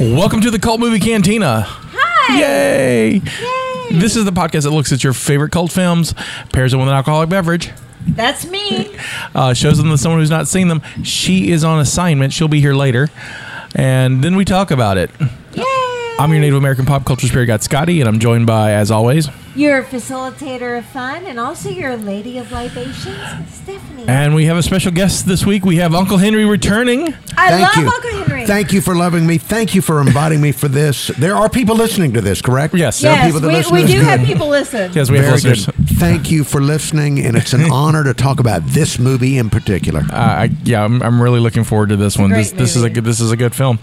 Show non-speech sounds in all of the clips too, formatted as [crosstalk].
Welcome to the Cult Movie Cantina. Hi! Yay! This is the podcast that looks at your favorite cult films, pairs them with an alcoholic beverage, That's me. uh, shows them to someone who's not seen them. She is on assignment. She'll be here later. And then we talk about it. Uh, I'm your Native American pop culture spirit guide, Scotty, and I'm joined by, as always, You're a facilitator of fun, and also you're a lady of libations, Stephanie. and we have a special guest this week. We have Uncle Henry returning. I Thank love you. Uncle Henry. Thank you for loving me. Thank you for inviting me for this. There are people listening to this, correct? Yes. There are yes, people that listen we, to we this. do Good. have people listen. Yes, we have Very listeners. good. Thank you for listening, and [laughs] it's an honor to talk about this movie in particular. Uh, I, yeah, I'm, I'm really looking forward to this one. great This, this is a movie. good this is a good film.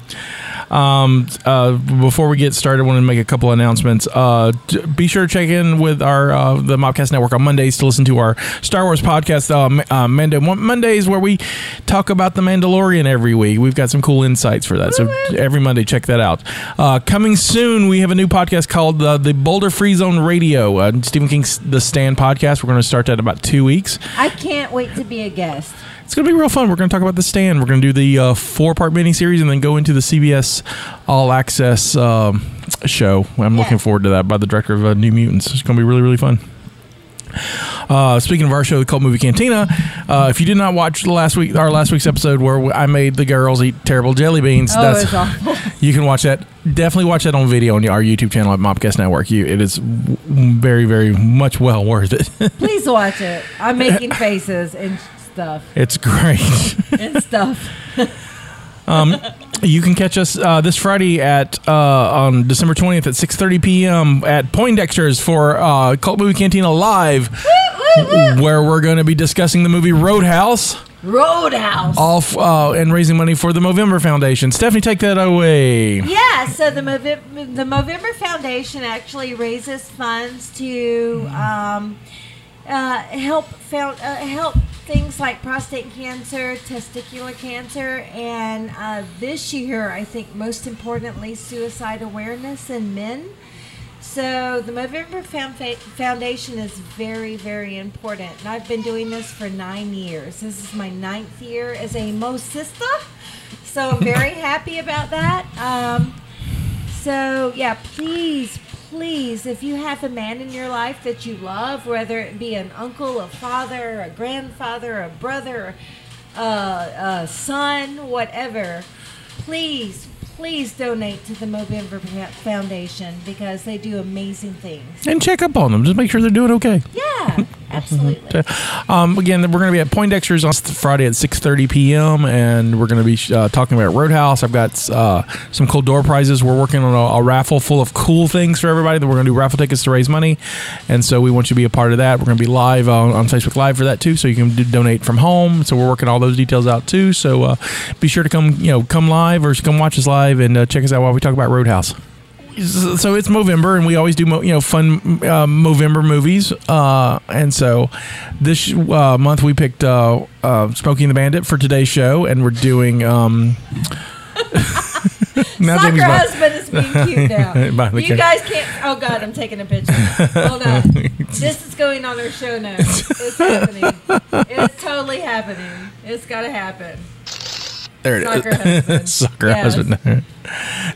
Um, uh, before we get started, I want to make a couple announcements. Uh, t- be sure to check in with our uh, the Mobcast Network on Mondays to listen to our Star Wars podcast, uh, M- uh, Mando Mon- Mondays, where we talk about the Mandalorian every week. We've got some cool insights for that, so every Monday check that out. Uh, coming soon, we have a new podcast called uh, the Boulder Free Zone Radio, uh, Stephen King's The Stand podcast. We're going to start that in about two weeks. I can't wait to be a guest. It's going to be real fun. We're going to talk about the stand. We're going to do the uh, four part miniseries and then go into the CBS All Access um, show. I'm Yeah. looking forward to that by the director of uh, New Mutants. It's going to be really, really fun. Uh, speaking of our show, the Cult Movie Cantina, uh, if you did not watch the last week, our last week's episode where I made the girls eat terrible jelly beans, Oh, it's awful. [laughs] you can watch that. Definitely watch that on video on our YouTube channel at Mobcast Network. You, it is w- very, very much well worth it. [laughs] Please watch it. I'm [laughs] making faces and stuff it's great. and stuff. You can catch us uh, this Friday at uh, on December twentieth at six thirty p.m. at Poindexter's for uh, Cult Movie Cantina Live, where we're going to be discussing the movie Roadhouse, Roadhouse. all f- uh, and raising money for the Movember Foundation. Stephanie, take that away. Yeah, so the Movem- the Movember Foundation actually raises funds to um, uh, help found, uh, help things like prostate cancer, testicular cancer, and uh, this year, I think most importantly, suicide awareness in men. So the Movember Found- Foundation is very, very important, and I've been doing this for nine years. This is my ninth year as a Mo sister, so I'm very happy about that. Um, so yeah, please, please, if you have a man in your life that you love, whether it be an uncle, a father, a grandfather, a brother, uh, a son, whatever, please, please donate to the Movember Pa- Foundation because they do amazing things. And check up on them. Just make sure they're doing okay. Yeah, absolutely. Um, again, we're going to be at Poindexter's on Friday at 6:30 p.m. and we're going to be uh, talking about Roadhouse. I've got uh, some cool door prizes. We're working on a, a raffle full of cool things for everybody. That we're going to do raffle tickets to raise money, and so we want you to be a part of that. We're going to be live uh, on, on Facebook Live for that too, so you can do, donate from home. So we're working all those details out too. So uh, be sure to come, you know, come live or come watch us live and uh, check us out while we talk about Roadhouse so it's Movember, and we always do mo- you know fun uh, Movember movies. Uh, and so this uh, month we picked uh, uh, Smoking the Bandit for today's show, and we're doing. Um, [laughs] now Soccer Jamie's back. husband is [laughs] being cute By now. the you camera. guys can't. Oh God, I'm taking a picture. Hold on. [laughs] this is going on our show notes. It's happening. It's totally happening. It's got [laughs] to happen. There it [laughs] Soccer is. husband. Sucker Yes. husband.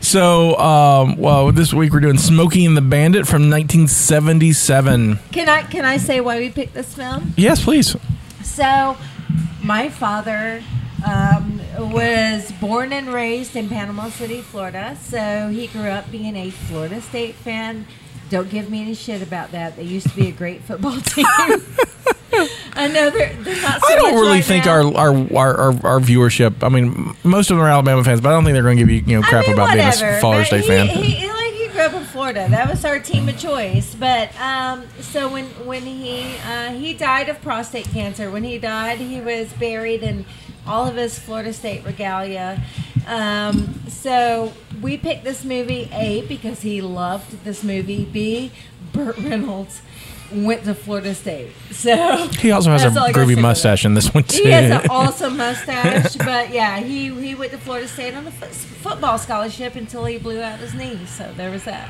[laughs] so, um, well, this week we're doing Smoking the Bandit from 1977. Can I can I say why we picked this film? Yes, please. So, my father um, was born and raised in Panama City, Florida. So he grew up being a Florida State fan. Don't give me any shit about that. They used to be a great football [laughs] team. I know they're, they're not. So I don't much really right think now. our, our our our our viewership. I mean, most of them are Alabama fans, but I don't think they're going to give you you know crap about being a whatever. Florida But State he, fan. He, he, like, he grew up in Florida. sort of. That was our team of choice. But um, so when when he uh, he died of prostate cancer. When he died, he was buried in all of his Florida State regalia. Um, so we picked this movie a because he loved this movie. B, Burt Reynolds went to Florida State. So He also has that's a all I gotta say groovy about that. mustache in this one too. [laughs] He [laughs] has an awesome mustache, but yeah, he, he went to Florida State on a fo- football scholarship until he blew out his knee. So there was that.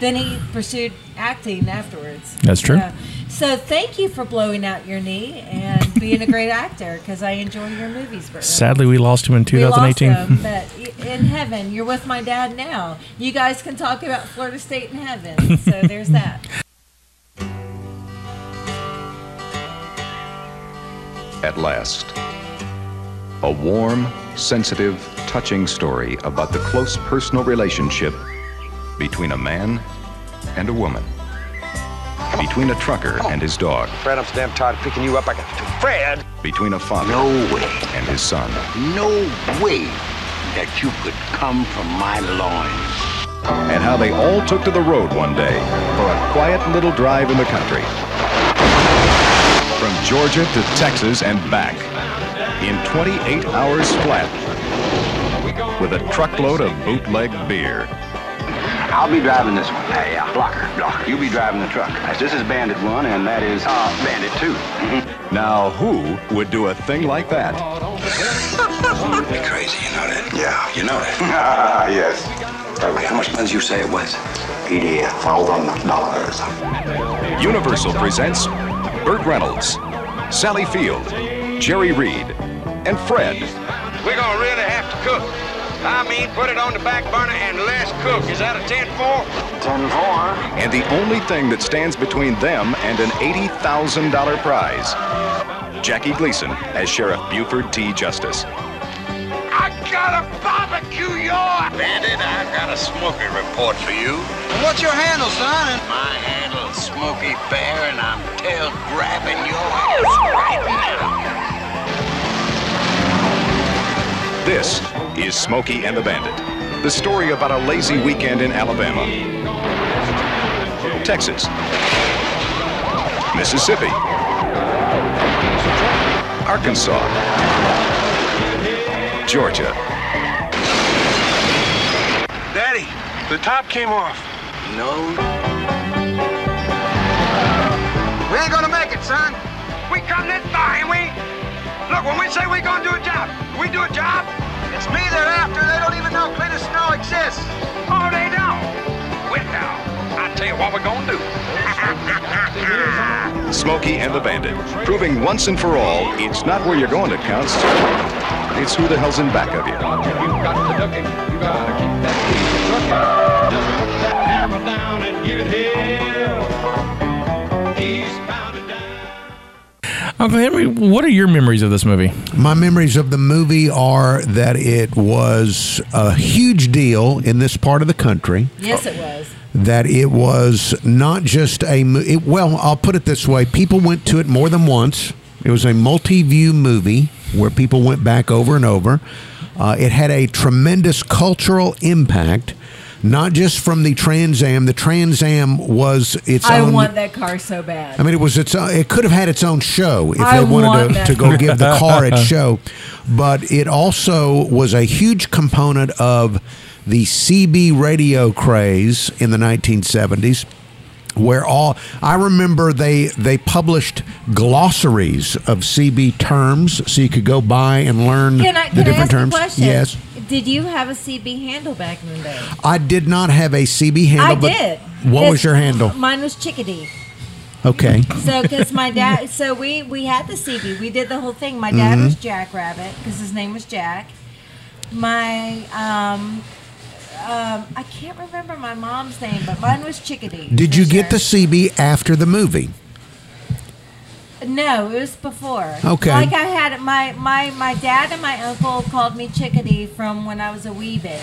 Then he pursued acting afterwards. That's true. Yeah. So thank you for blowing out your knee and being a great actor because I enjoy your [laughs] movies, Bert. Sadly, we lost him in We lost 2018. him, but y- in heaven, you're with my dad now. You guys can talk about Florida State in heaven. So [laughs] there's that. at last. A warm, sensitive, touching story about the close personal relationship between a man and a woman, between a trucker and his dog, Fred, I'm so damn tired of picking you up. I got Fred. between a father No way, and his son. no way that you could come from my loins. and how they all took to the road one day for a quiet little drive in the country. From Georgia to Texas and back in 28 hours flat with a truckload of bootleg beer. I'll be driving this one. Hey, yeah, blocker, blocker. You'll be driving the truck. This is Bandit One, and that is uh, Bandit Two. Now, who would do a thing like that? Be crazy, you know that? Yeah, you know that. [laughs] yes. how much money did you say it was? Eighty thousand dollars. Universal presents Burt Reynolds, Sally Field, Jerry Reed, and Fred. We're gonna really have to cook. I mean, put it on the back burner and let's cook. Is that a 10-4? Ten four. And the only thing that stands between them and an $80,000 prize Jackie Gleason as Sheriff Buford T. Justice. I gotta barbecue your bandit. I got a smoky report for you. What's your handle, son? My handle's Smoky Bear, and I'm tail grabbing your ass right now. This is Smokey and the Bandit, the story about a lazy weekend in Alabama, Texas, Mississippi, Arkansas, Georgia. Daddy, the top came off. No. We ain't gonna make it, son. We come this far, ain't we? Look, when we say we gonna do a job, we do a job. It's me they're after. They don't even know Clinton Snow exists. Oh, they don't. Well, now, I tell you what we're gonna do. [laughs] Smokey and the Bandit, proving once and for all it's not where you're going that counts, it's who the hell's in back of you. Uncle Henry, what are your memories of this movie? My memories of the movie are that it was a huge deal in this part of the country. Yes, it was. That it was not just a mo- it, well, I'll put it this way: people went to it more than once. It was a multi-view movie where people went back over and over. Uh, it had a tremendous cultural impact, not just from the Trans Am. The Trans Am was its I own. want that car so bad. I mean, it was its. Own, it could have had its own show if I they want wanted to, that. to go give the car its show, but it also was a huge component of the CB radio craze in the 1970s. Where all I remember, they they published glossaries of CB terms, so you could go by and learn Can I, the can I different ask terms. a question? Yes, Did you have a CB handle back in the day? I did not have a CB handle. I but did. What It's- was your handle? Mine was chickadee. Okay. So, because my [laughs] dad, so we we had the CB. We did the whole thing. My dad Mm-hmm. was Jack Rabbit because his name was Jack. My um. Um, I can't remember my mom's name, but mine was Chickadee. Did for you get the sure. CB after the movie? No, it was before. Okay. Like I had my my my dad and my uncle called me Chickadee from when I was a wee babe.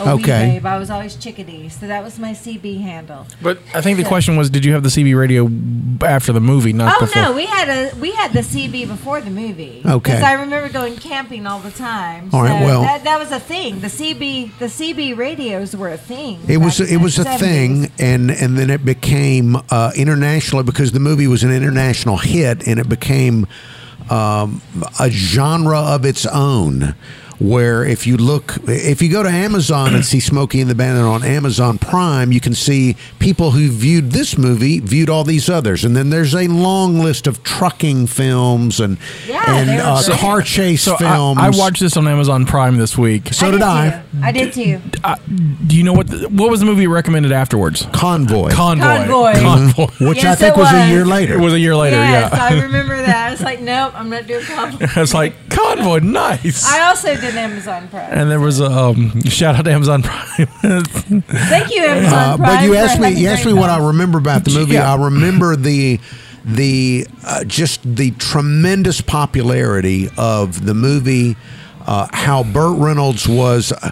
a wee Okay. babe. I was always chickadee, so that was my CB handle. But I think the question was, did you have the CB radio after the movie, not Oh before? no, we had a we had the CB before the movie. Okay. because I remember going camping all the time. All right, so well- that, that was a thing. The CB the CB radios were a thing. It was back in it the was a 70s. thing, and and then it became uh, international because the movie was an international hit, and it became um, a genre of its own. Where if you look, if you go to Amazon and see Smokey and the Bandit on Amazon Prime, you can see people who viewed this movie viewed all these others, and then there's a long list of trucking films and Yeah, and they were uh, great. car chase So I, films. I watched this on Amazon Prime this week. So did I. too. I did too. Uh, do you know what? The, what was the movie recommended afterwards? Convoy, Convoy. Convoy. Convoy. which I Yes, think it was, a was. year later. It was a year later. yes, yeah. [laughs] I remember that. I was like, nope, I'm not doing Convoy. [laughs] it's like Convoy. Nice. I also did Amazon Prime. and there was a um, [laughs] shout out to Amazon Prime. [laughs] Thank you, Uh, Amazon Prime. but you for asked me, having you asked me what I Prime. remember about the movie. Yeah. I remember the the uh, just the tremendous popularity of the movie. Uh, how Burt Reynolds was, uh,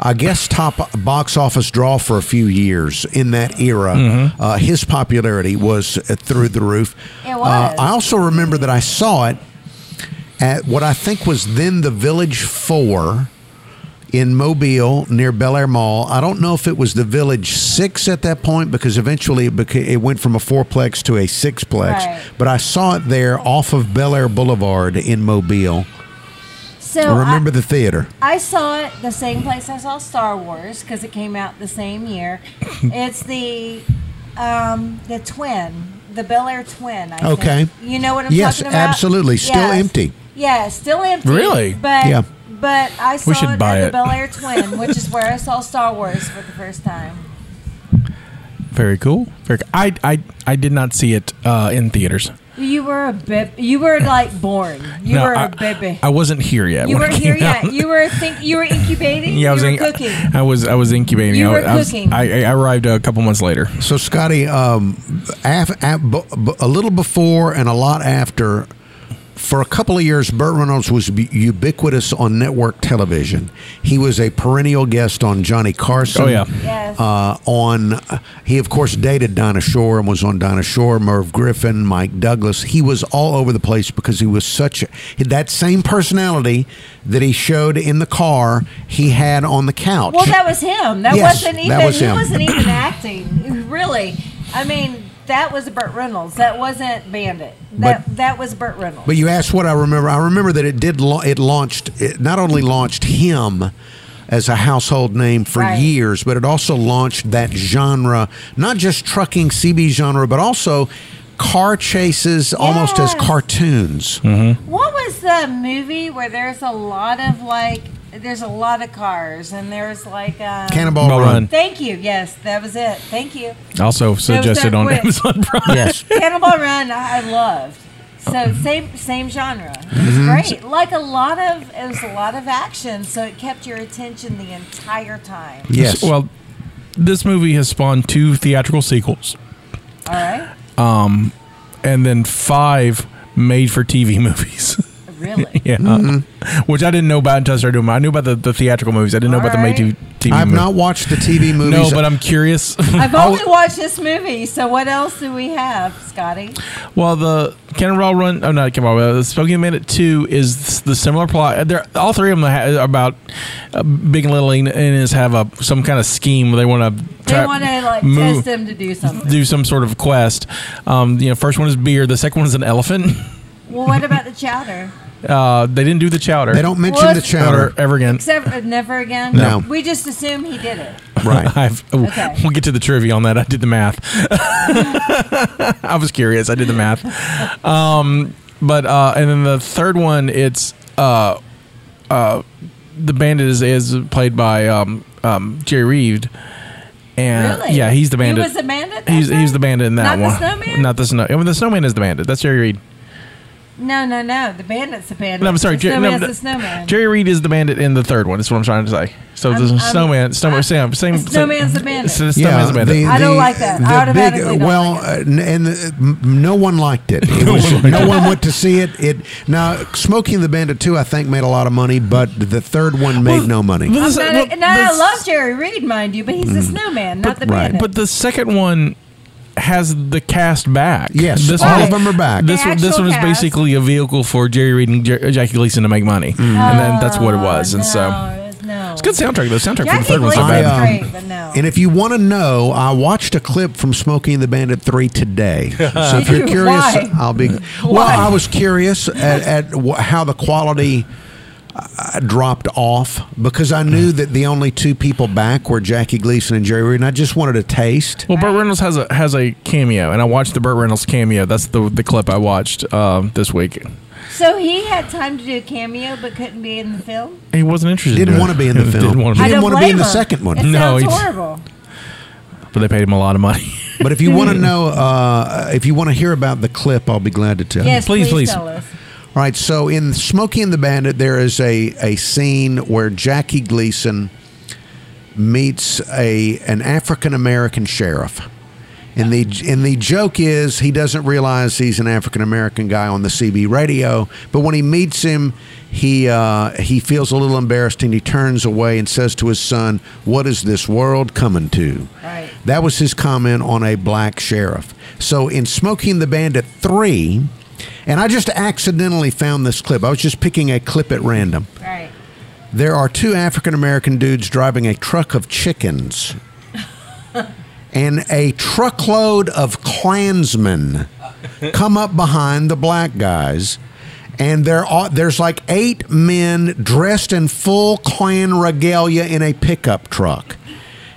I guess, top box office draw for a few years in that era. Uh, his popularity was uh, through the roof. It Uh, was. I also remember that I saw it at what I think was then the Village Four in Mobile near Bel Air Mall. I don't know if it was the Village Six at that point because eventually it, beca- it went from a fourplex to a sixplex. Right. But I saw it there off of Bel Air Boulevard in Mobile. So I remember I, the theater. I saw it the same place I saw Star Wars because it came out the same [coughs] year. it's the um, the twin, the Bel Air twin. I think. Okay. You know what I'm Yes, talking about? absolutely. Still Yes. empty. Yeah, still empty. Really? But Yeah. But I saw should it buy at it. the Bel Air Twin, which is where I saw Star Wars for the first time. Very cool. Very. Cool. I I I did not see it uh, in theaters. You were a bib. You were like born. You no, were a I, baby. I wasn't here yet. you when [laughs] were it here came yet. out. You were think. You were incubating. Yeah, I was you were in- cooking. I was I was incubating. You I, were was- I was- cooking. I, I arrived a couple months later. So Scotty, um, af, af, b- b- a little before and a lot after, for a couple of years, Burt Reynolds was bu- ubiquitous on network television. He was a perennial guest on Johnny Carson. Oh, yeah. Yes. Uh, on he of course dated Dinah Shore and was on Dinah Shore, Merv Griffin, Mike Douglas. He was all over the place because he was such a, that same personality that he showed in the car. He had on the couch. Well, that was him. That Yes, wasn't that even. was him. He wasn't [clears throat] even acting. Really, I mean, that was Burt Reynolds. That wasn't Bandit. That But- that was Burt Reynolds. But you asked what I remember. I remember that it did. lau- It launched. It not only launched him as a household name for Right. years, but it also launched that genre, not just trucking CB genre, but also car chases, almost as Yes. cartoons. Hmm. what was the movie where there's a lot of like, there's a lot of cars and there's like. Um, Cannonball Ball Run. Run. Thank you. Yes, that was it. Thank you. Also suggested on quick. Amazon Prime. Yes. [laughs] Cannonball Run, I loved. So same same genre. It Mm-hmm. was great. Like a lot of it was a lot of action, so it kept your attention the entire time. Yes. Well, this movie has spawned two theatrical sequels All right, and then five made-for-TV [laughs] movies. really. yeah, which I didn't know about until I started doing. My, I knew about the, the theatrical movies. I didn't know about Alright. the made-for-TV. I've not watched the TV No, movies. but I'm curious. [laughs] I've only Oh. watched this movie, so what else do we have, Scotty? [laughs] Well, the Cannonball Run, oh not Cannonball, Run, the Spokane Minute Two is the similar plot. Uh, They're, all three of them ha- about uh, Big and Little and is have a some kind of scheme. where They want to They want to like test them to do something. do some sort of quest. Um, you know, first one is beer. The second one is an elephant. [laughs] Well, what about the chowder? Uh, they didn't do the chowder. they don't mention What? the chowder. chowder ever again. Except uh, never again. No. We just assume he did it. Right. [laughs] I've, oh, Okay. We'll get to the trivia on that. I did the math. [laughs] I was curious. I did the math. Um, but uh, and then the third one, it's uh, uh, the bandit is, is played by um, um, Jerry Reed, and Really? yeah, he's the He bandit. was the bandit that He's, he's time? the bandit in that Not the one. snowman? Not the snowman. I mean, the snowman is the bandit. That's Jerry Reed. No, no, no. The bandit's the bandit. No, I'm sorry. The Jer- no, snowman's no. the snowman. Jerry Reed is the bandit in the third one. That's what I'm trying to say. So I'm- the I'm- snowman, snowman, I- Sam, same. Snowman's same- the bandit. So the snowman's the bandit. the- I don't the- like that. I the automatically don't well, like uh, n- and the, m- no one liked [laughs] it. It was- no, one went to see it. It now Smoking the Bandit two, I think, made a lot of money, but the third one made no money. Well, I'm this- not, well, and I this- Mm. love Jerry Reed, mind you, but he's the snowman, not the right. bandit. But the second one has the cast back. Yes, all one- of them are back. This The one, this actual one is cast. basically a vehicle for Jerry Reed and Jer- uh, Jackie Gleason to make money, Mm. and then that's what it was. And so Oh, No, it's- no. it's good soundtrack. The soundtrack for the Jackie third one's not Gleason- bad. I, um, great, but no. And if you want to know, I watched a clip from Smoking the Bandit 3 [laughs] today. So if Did you're you? curious, Why? I'll be. Well, I was curious at, at wh- how the quality uh, dropped off because I knew that the only two people back were Jackie Gleason and Jerry Reed, and I just wanted a taste. Well, Burt Reynolds has a has a cameo, and I watched the Burt Reynolds cameo. That's the the clip I watched um, this week. so he had time to do a cameo, but couldn't be in the film. He wasn't interested. Didn't in want to be in the [laughs] film. Didn't want to I be, didn't don't wanna be blame in the him. second one. It No, sounds he's- horrible. but they paid him a lot of money. [laughs] But if you want to know, uh, if you want to hear about the clip, I'll be glad to tell. you. Yes, Please, please, please. tell us. All right, so in Smokey and the Bandit, there is a, a scene where Jackie Gleason meets a an African American sheriff. And the and the joke is he doesn't realize he's an African American guy on the CB radio, but when he meets him, he uh, he feels a little embarrassed and he turns away and says to his son, "What is this world coming to?" Right. That was his comment on a black sheriff. So in Smoking the Bandit 3, and I just accidentally found this clip. I was just picking a clip at random. Right. There are two African American dudes driving a truck of chickens and a truckload of Klansmen come up behind the black guys. And there are, there's like eight men dressed in full Klan regalia in a pickup truck.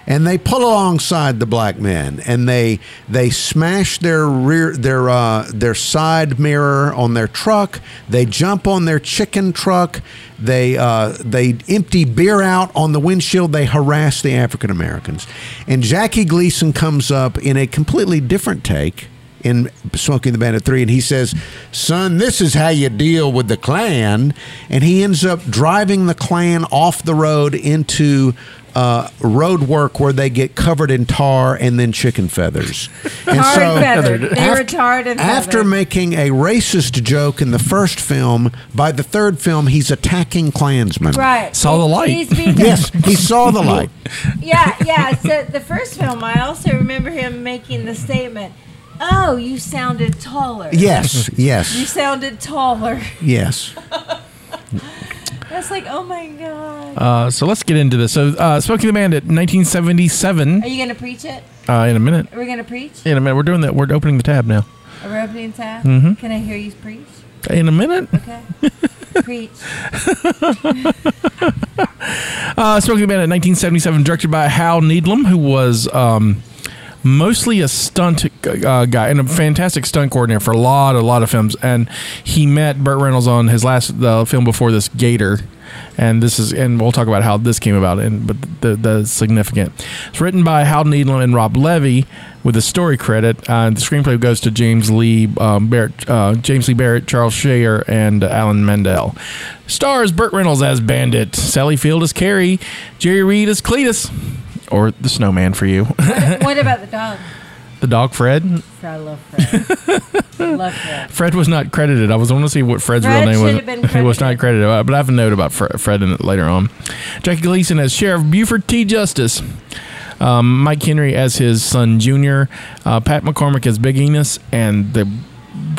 And they pull alongside the black men, and they they smash their rear their uh, their side mirror on their truck. They jump on their chicken truck. They uh, they empty beer out on the windshield. They harass the African Americans, and Jackie Gleason comes up in a completely different take in Smoking the Bandit 3, and he says, Son, this is how you deal with the Klan. And he ends up driving the Klan off the road into uh, road work where they get covered in tar and then [laughs] chicken feathers. And Tarred feathered. They were aft- tarred and After feathered. making a racist joke in the first film, by the third film, he's attacking Klansmen. Right. Saw the light. He's [laughs] being- Yes, he saw the light. yeah, yeah. So the first film, I also remember him making the statement, "Oh, you sounded taller. Yes, you yes, sounded taller." [laughs] yes. That's like, oh my god. Uh, so let's get into this. So uh, Smoking the Bandit, 1977. Are you gonna preach it? Uh, in a minute. Are we gonna preach? In a minute. We're doing that. We're opening the tab now. Are we opening tab? Mm-hmm. Can I hear you preach? In a minute. [laughs] Okay. preach. Uh, Smoking the Bandit, 1977, directed by Hal Needlam, who was um, mostly a stunt uh, guy and a fantastic stunt coordinator for a lot, a lot of films. And he met Burt Reynolds on his last the film before this, Gator. And this is, and we'll talk about how this came about, and but the the significant. It's written by Hal Needlam and Rob Levy, with a story credit. Uh, the screenplay goes to James Lee um, Barrett, uh, James Lee Barrett, Charles Shayer, and Alan Mendel. Stars Burt Reynolds as Bandit, Sally Field as Carrie, Jerry Reed as Cletus, or the Snowman for you, what about the dog? the dog Fred. I love Fred. [laughs] love Fred. Fred was not credited. I was want to see what Fred's Fred real name should was. have been He was credited. not credited, uh, but I have a note about Fre- Fred in it later on. Jackie Gleason as Sheriff Buford T. Justice. Um, Mike Henry as his son Junior. Uh, Pat McCormick as Big Enos, and the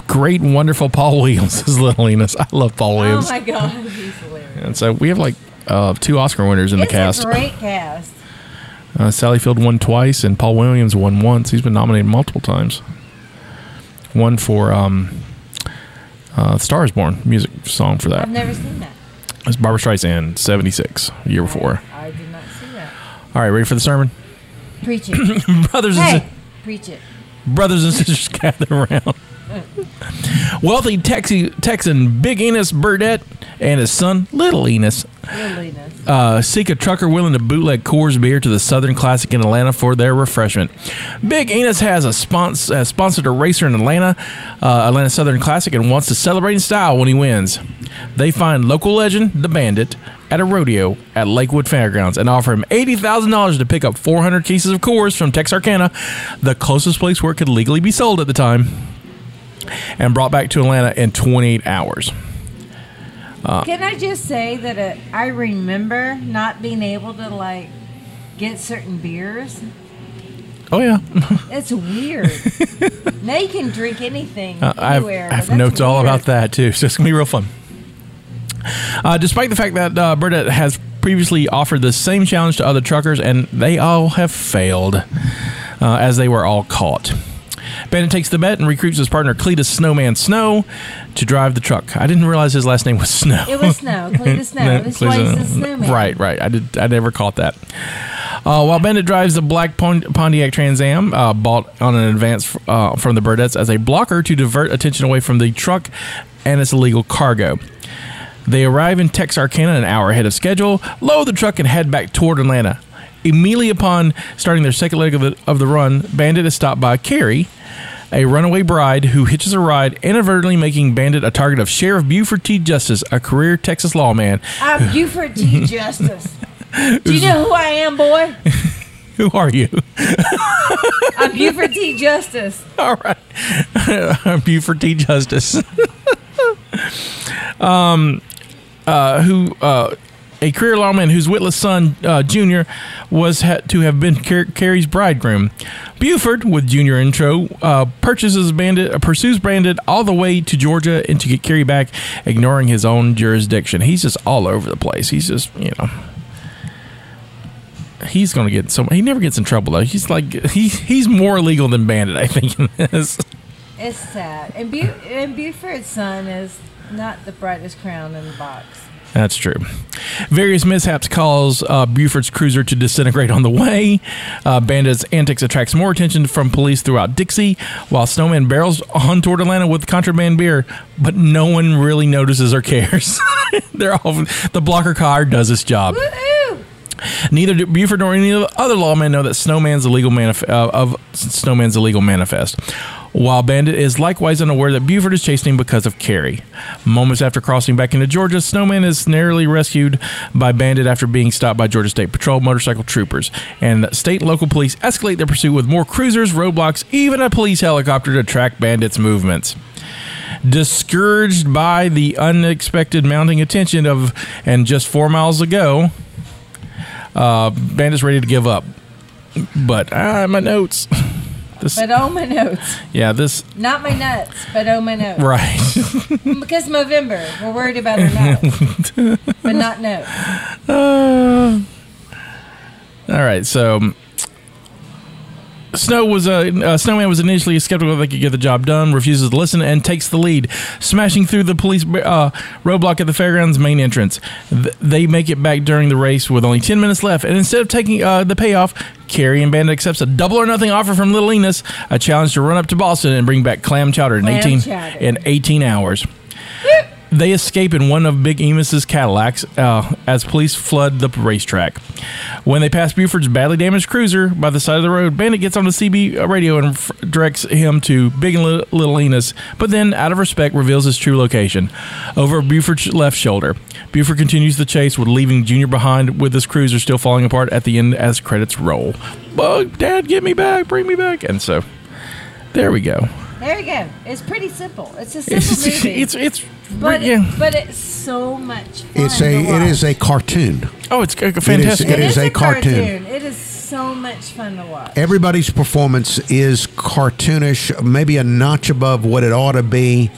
great, wonderful Paul [laughs] Williams as Little Enos. I love Paul Oh Williams, my god, he's hilarious. and so we have like uh, two Oscar winners in It's the cast. a great cast. Uh, Sally Field won twice, and Paul Williams won once. He's been nominated multiple times. One for um, uh, "Star Is Born" music song for that. I've never seen that. It's Barbara Streisand, 76, a year before. I did not see that. All right, ready for the sermon? [laughs] Preach it. [coughs] Brothers, and, hey, preach it. [laughs] brothers and sisters, gather around. Wealthy Texi- Texan Big Enos Burdett and his son Little Enos uh, seek a trucker willing to bootleg Coors beer to the Southern Classic in Atlanta for their refreshment. Big Enos has a spons- uh, sponsored a racer in Atlanta, uh, Atlanta Southern Classic, and wants to celebrate in style when he wins. They find local legend the Bandit at a rodeo at Lakewood Fairgrounds and offer him eighty thousand dollars to pick up four hundred cases of Coors from Texarkana, the closest place where it could legally be sold at the time, and brought back to Atlanta in twenty-eight hours. Uh. Can I just say that uh, I remember not being able to like get certain beers. Oh yeah. [laughs] It's weird. now you can drink anything Uh, I have, anywhere. I have That's notes all weird. about that too, [laughs] so it's gonna be real fun. Uh, despite the fact that uh, Burdett has previously offered the same challenge to other truckers, and they all have failed, uh, as they were all caught. Bandit takes the bet and recruits his partner Cletus Snowman Snow to drive the truck. I didn't realize his last name was Snow. It was [laughs] snow. Cletus snow. No, This please, place uh, is snowman. Right, right. I did. I never caught that. Uh, while Bennett drives the black Pon- Pontiac Trans Am, uh, bought on an advance uh, from the Burdettes as a blocker to divert attention away from the truck and its illegal cargo. They arrive in Texarkana an hour ahead of schedule, load the truck, and head back toward Atlanta. Immediately upon starting their second leg of the, of the run, Bandit is stopped by Carrie, a runaway bride who hitches a ride, inadvertently making Bandit a target of Sheriff Buford T. Justice, a career Texas lawman. [laughs] I'm Buford T. Justice. Do you know who I am, boy? Who are you? [laughs] I'm Buford T. Justice. All right. [laughs] I'm Buford T. Justice. [laughs] um, uh, who, uh, a career lawman whose witless son, uh, Junior, was ha- to have been Car- Carrie's bridegroom. Buford, with Junior intro, uh, purchases Bandit, uh, pursues Bandit all the way to Georgia and to get Carrie back, ignoring his own jurisdiction. He's just all over the place. He's just, you know. He's gonna get so he never gets in trouble though. He's like he he's more illegal than Bandit, I think. In this, It's sad. And, Bu- and Buford's son is not the brightest crown in the box. That's true. Various mishaps cause uh, Buford's cruiser to disintegrate on the way. Uh, Bandit's antics attracts more attention from police throughout Dixie, while Snowman barrels on toward Atlanta with contraband beer, but no one really notices or cares. [laughs] They're all the blocker car does its job. Woo! Neither do Buford nor any of the other lawmen know that Snowman's illegal manif- uh, of Snowman's illegal manifest. While Bandit is likewise unaware that Buford is chasing him because of Carrie. Moments after crossing back into Georgia, Snowman is narrowly rescued by Bandit after being stopped by Georgia State Patrol motorcycle troopers. And state and local police escalate their pursuit with more cruisers, roadblocks, even a police helicopter to track Bandit's movements discouraged by the unexpected mounting attention of and just four miles ago uh bandit's ready to give up but ah, my notes [laughs] this But oh my notes. yeah this Not my nuts, but oh my notes. right [laughs] Because November, we're worried about her now, [laughs] but not no. Uh, all right, so um, Snow was a uh, Snowman was initially skeptical they could get the job done, refuses to listen, and takes the lead, smashing through the police uh, roadblock at the fairground's main entrance. Th- they make it back during the race with only ten minutes left, and instead of taking uh, the payoff, Carrie and Bandit accepts a double or nothing offer from Little Enos, a challenge to run up to Boston and bring back clam chowder in Clam eighteen chowder. in eighteen hours. They escape in one of Big Emus's Cadillacs uh, as police flood the racetrack. When they pass Buford's badly damaged cruiser by the side of the road, Bandit gets on the CB radio and f- directs him to Big and Li- Little Enos, but then, out of respect, reveals his true location over Buford's left shoulder. Buford continues the chase, with leaving Junior behind with his cruiser still falling apart at the end as credits roll. Bug, Dad, get me back, bring me back. And so, there we go. There you go. It's pretty simple. It's a simple It's, [laughs] it's, movie, it's, it's but yeah. it, but it's so much. Fun It's a to it is watch. a cartoon. Oh, it's uh, fantastic. it is a cartoon. It is so much fun to watch. Everybody's performance is cartoonish, maybe a notch above what it ought to be,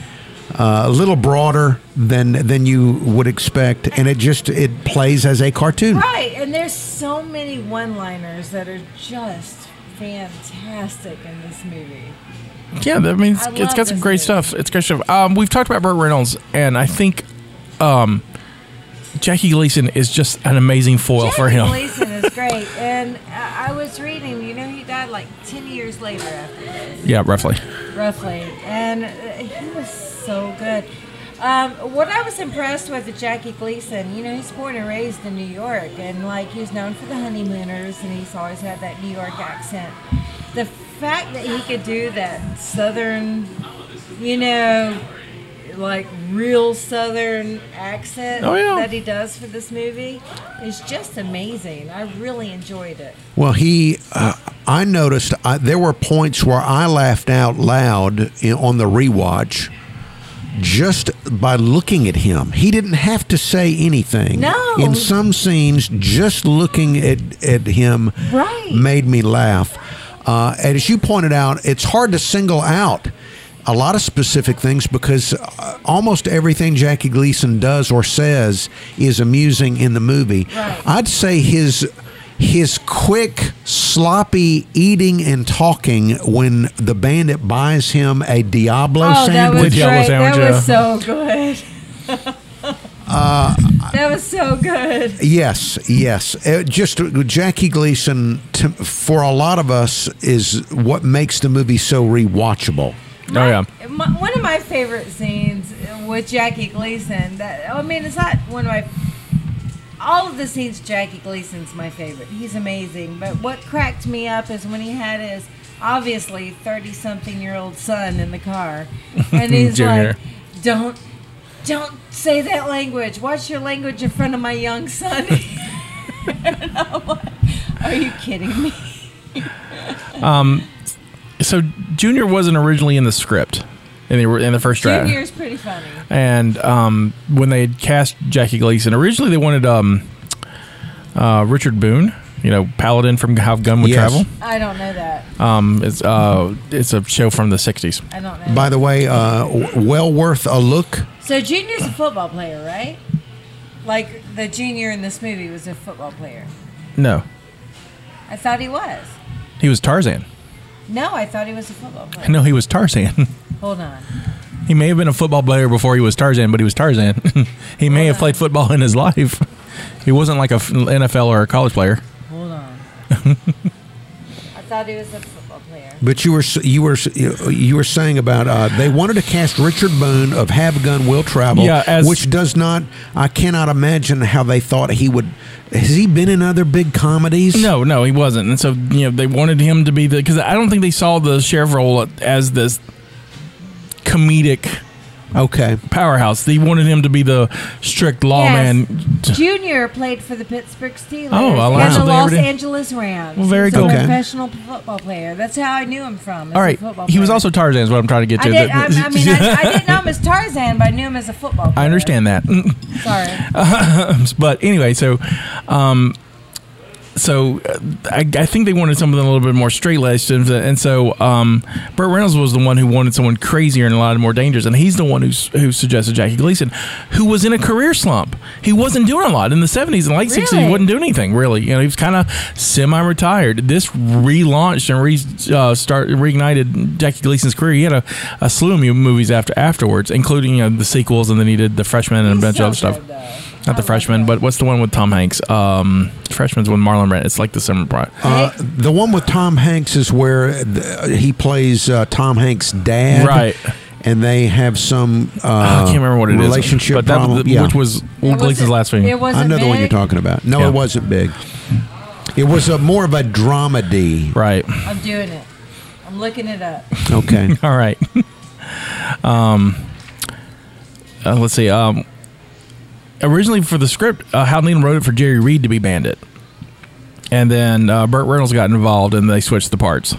uh, a little broader than than you would expect, and it just it plays as a cartoon. Right, and there's so many one-liners that are just fantastic in this movie. Yeah, that means I it's love got some this great movie. stuff. It's great stuff. Um, we've talked about Burt Reynolds, and I think um, Jackie Gleason is just an amazing foil for Jackie him. Gleason is great, and I I was reading. You know, he died like ten years later after this. Yeah, roughly. Oh, roughly, and uh, he was so good. Um, what I was impressed with with Jackie Gleason, you know, he's born and raised in New York, and like he's known for the honeymooners, and he's always had that New York accent. The fact that he could do that Southern, you know, like real Southern accent Oh, yeah. that he does for this movie is just amazing. I really enjoyed it. Well, he, uh, I noticed I, there were points where I laughed out loud in, on the rewatch just by looking at him. He didn't have to say anything. No. In some scenes, just looking at, at him Right. made me laugh. Uh, and as you pointed out, it's hard to single out a lot of specific things because uh, almost everything Jackie Gleason does or says is amusing in the movie. Right. I'd say his his quick, sloppy eating and talking when the bandit buys him a Diablo Oh, that was sandwich. Yeah, great. Los That was Angeles. so good. [laughs] that was so good. Yes, yes. Uh, just uh, Jackie Gleason, to, for a lot of us, is what makes the movie so rewatchable. Oh yeah. My, one of my favorite scenes with Jackie Gleason. That I mean, it's not one of my. All of the scenes Jackie Gleason's my favorite. He's amazing. But what cracked me up is when he had his obviously thirty-something-year-old son in [laughs] the car, and he's Junior. like, "Don't, don't say that language. Watch your language in front of my young son." [laughs] and I'm like, Are you kidding me? So Junior wasn't originally in the script in the in the first draft. Junior's pretty funny. and um, when they had cast Jackie Gleason, originally they wanted um, uh, Richard Boone, you know, Paladin from How Gun Would Yes. Travel. I don't know that. Um, it's uh, it's a show from the '60s. I don't know. By the way, uh, w- well worth a look. So Junior's a football player, right? Like the junior in this movie was a football player. No, I thought he was. he was Tarzan. No, I thought he was a football player. [laughs] No, he was Tarzan. Hold on. he may have been a football player before he was Tarzan, but he was Tarzan. [laughs] he may have played football in his life. He wasn't like a f- NFL or a college player. [laughs] Hold on. I thought he was a football player. But you were s- you were s- you were saying about uh, they wanted to cast Richard Boone of Have a Gun Will Travel, Yeah, as- which does not. I cannot imagine how they thought he would. Has he been in other big comedies? No, no, he wasn't. And so you know they wanted him to be the because I don't think they saw the sheriff role as this comedic Okay. powerhouse. They wanted him to be the strict lawman. Junior played for the Pittsburgh Steelers Oh, I like and the something Los over there. Angeles Rams. Well, very He's a cool. Okay. professional football player. That's how I knew him from. as All a right, football he was player. also Tarzan. Is what I'm trying to get I to. did. [laughs] I, I mean, I, I didn't know him as Tarzan, but I knew him as a football. player. I understand that, Sorry. but anyway, so, um, so uh, I, I think they wanted something a little bit more straight laced, and, and so um, Burt Reynolds was the one who wanted someone crazier and a lot more dangerous, and he's the one who's, who suggested Jackie Gleason, who was in a career slump. He wasn't doing a lot in the seventies and late sixties. Really? He wasn't doing anything really. You know, he was kind of semi-retired. This relaunched and re, uh, start reignited Jackie Gleason's career. He had a, a slew of mu- movies after afterwards, including you know, the sequels, and then he did the Freshman and a bunch He's so of other stuff. good, though. Not I the love freshman, him. but what's the one with Tom Hanks? Um, freshman's with Marlon Brando. It's like the summer bride. Uh, the one with Tom Hanks is where th- he plays uh, Tom Hanks' dad, Right. Oh, And they have some. Uh, I can't remember what it is. relationship but that was problem. the- yeah. which was It Gleason's wasn't- last film. It wasn't I know the one big. you're talking about. No, Yeah. it wasn't big. It was a more of a dramedy. right. [laughs] I'm doing it. I'm looking it up. Okay. All right. [laughs] um, uh, let's see. Um, originally for the script, uh, Hal Needham wrote it for Jerry Reed to be Bandit, and then uh, Burt Reynolds got involved, and they switched the parts.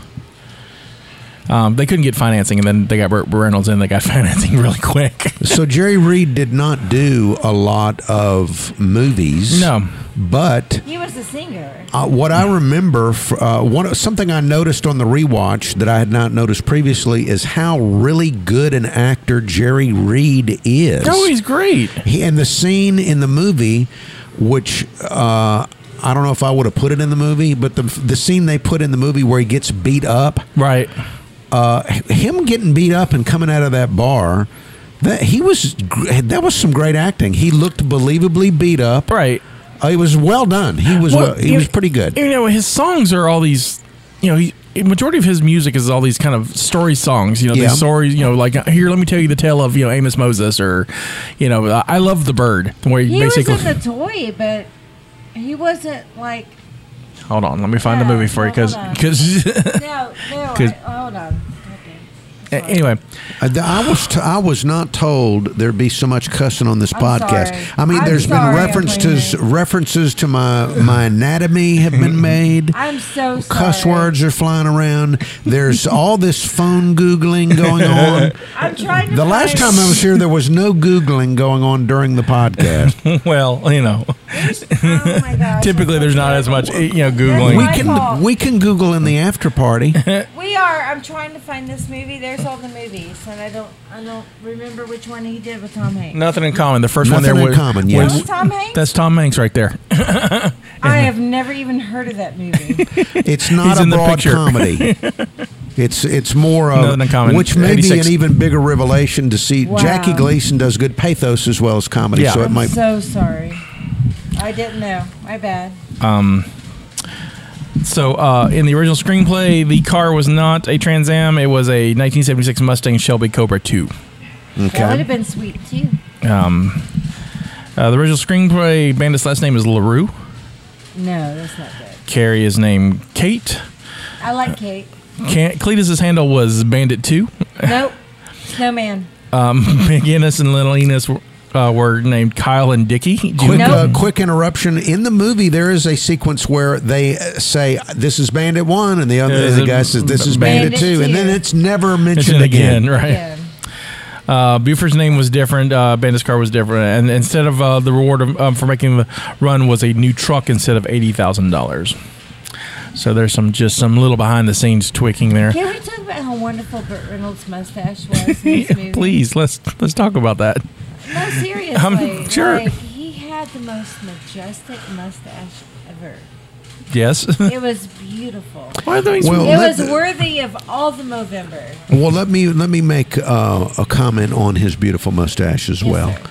Um, they couldn't get financing, and then they got Burt Reynolds, and they got [laughs] financing really quick. [laughs] so Jerry Reed did not do a lot of movies. No. But He was a singer. uh, what I remember, f- uh, one something I noticed on the rewatch that I had not noticed previously is how really good an actor Jerry Reed is. no, he's great. He, and the scene in the movie, which uh, I don't know if I would have put it in the movie, but the the scene they put in the movie where he gets beat up, Right. uh, him getting beat up and coming out of that bar, that he was gr- that was some great acting. He looked believably beat up. Right. Uh, it was well done. He was well, Well, he you- was pretty good. You know, his songs are all these. You know, he majority of his music is all these kind of story songs. You know, Yeah. these stories. You know, like uh, here, let me tell you the tale of you know Amos Moses or, you know, uh, I love the bird. Where he He basically was in the toy, but he wasn't like. hold on, let me find Yeah, the movie for you hold because on. [laughs] No, no. I, 'Cause- hold on. Okay. [laughs] anyway, Uh, th- I was t- I was not told there'd be so much cussing on this I'm podcast. sorry. I mean, I'm there's sorry, been references I'm leaving. references to my my anatomy have [laughs] been made. I'm so sorry. Cuss words are flying around. There's all this phone googling going [laughs] on. I'm trying to The last time find- I was here, there was no googling going on during the podcast. well, you know, [laughs] Oh my gosh. typically I'm there's so not sorry. as much eh, you know That's googling. We my fault. can we can Google in the after party. [laughs] We are. I'm trying to find this movie. There's all the movies, and I don't. I don't remember which one he did with Tom Hanks. Nothing in common. The first Nothing one there in was common, was- yes. That was Tom Hanks. That's Tom Hanks right there. I have never even heard of that [laughs] movie. It's not He's a in the broad picture. comedy. [laughs] It's it's more of Nothing in common. which may be an 86. even bigger revelation to see. Wow. Jackie Gleason does good pathos as well as comedy, Yeah. so it I'm might. so sorry. I didn't know. My bad. So uh, in the original screenplay, the car was not a Trans Am; it was a 1976 Mustang Shelby Cobra 2. That would okay. have been sweet too. Um, uh, the original screenplay, Bandit's last name is LaRue. No, that's not good. Carrie is named Kate. I like Kate. Can- Cletus's handle was Bandit [laughs] 2. Nope. Snowman. Big Ennis and Little Enos were, uh, were named Kyle and Dickie. Quick, Nope. uh, quick interruption. In the movie, there is a sequence where they uh, say, "This is Bandit One," and the other There's the a- guy says, "This is Bandit, Bandit 2. and two. then it's never mentioned Mentioned again, again. right? Yeah. Uh, Buford's name was different. Uh, Bandit's car was different, and instead of uh, the reward of, um, for making the run was a new truck instead of eighty thousand dollars. So there's some just some little behind the scenes tweaking there. Can we talk about how wonderful Burt Reynolds' mustache was in [laughs] this movie? Please let's let's talk about that. No, seriously. I'm sure. Like, he had the most majestic mustache ever. Yes. [laughs] It was beautiful. Why are those Well, It let was the- worthy of all the Movember. Well, let me let me make uh, a comment on his beautiful mustache as Yes, well. sir.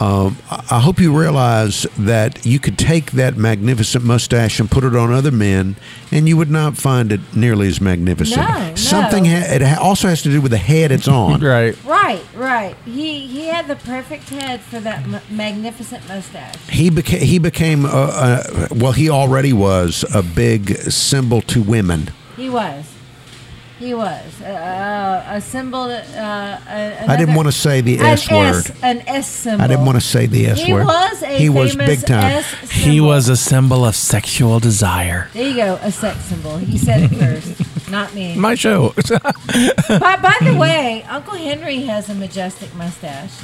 Um, I I hope you realize that you could take that magnificent mustache and put it on other men, and you would not find it nearly as magnificent. No, no. Something ha- it ha- also has to do with the head it's on. right? Right, right. He he had the perfect head for that m- magnificent mustache. He became he became uh, uh, well. He already was a big symbol to women. He was. He was uh, a symbol. Uh, a- I didn't another- want to say the an S word. an S symbol. I didn't want to say the S He word. was a he was famous big time. S symbol. He was a symbol of sexual desire. There you go, a sex symbol. He said it [laughs] first, not me. My show. By, by [clears throat] the way, Uncle Henry has a majestic mustache.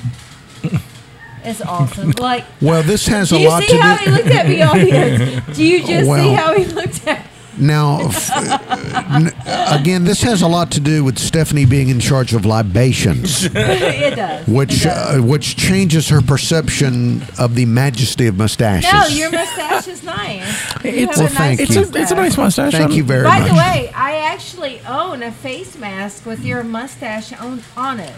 It's [laughs] awesome. Like, Well, this has do a you lot see to how do. he looked at [laughs] me, audience? Do you just see Well. how he looked at me? [laughs] Now, [laughs] f- uh, n- again, this has a lot to do with Stephanie being in charge of libations, It does. which uh, which changes her perception of the majesty of mustaches. No, your mustache is nice. You It's- have Well, thank it's you. a it's a nice mustache. Thank you very By much. the way, I actually own a face mask with your mustache on, on it.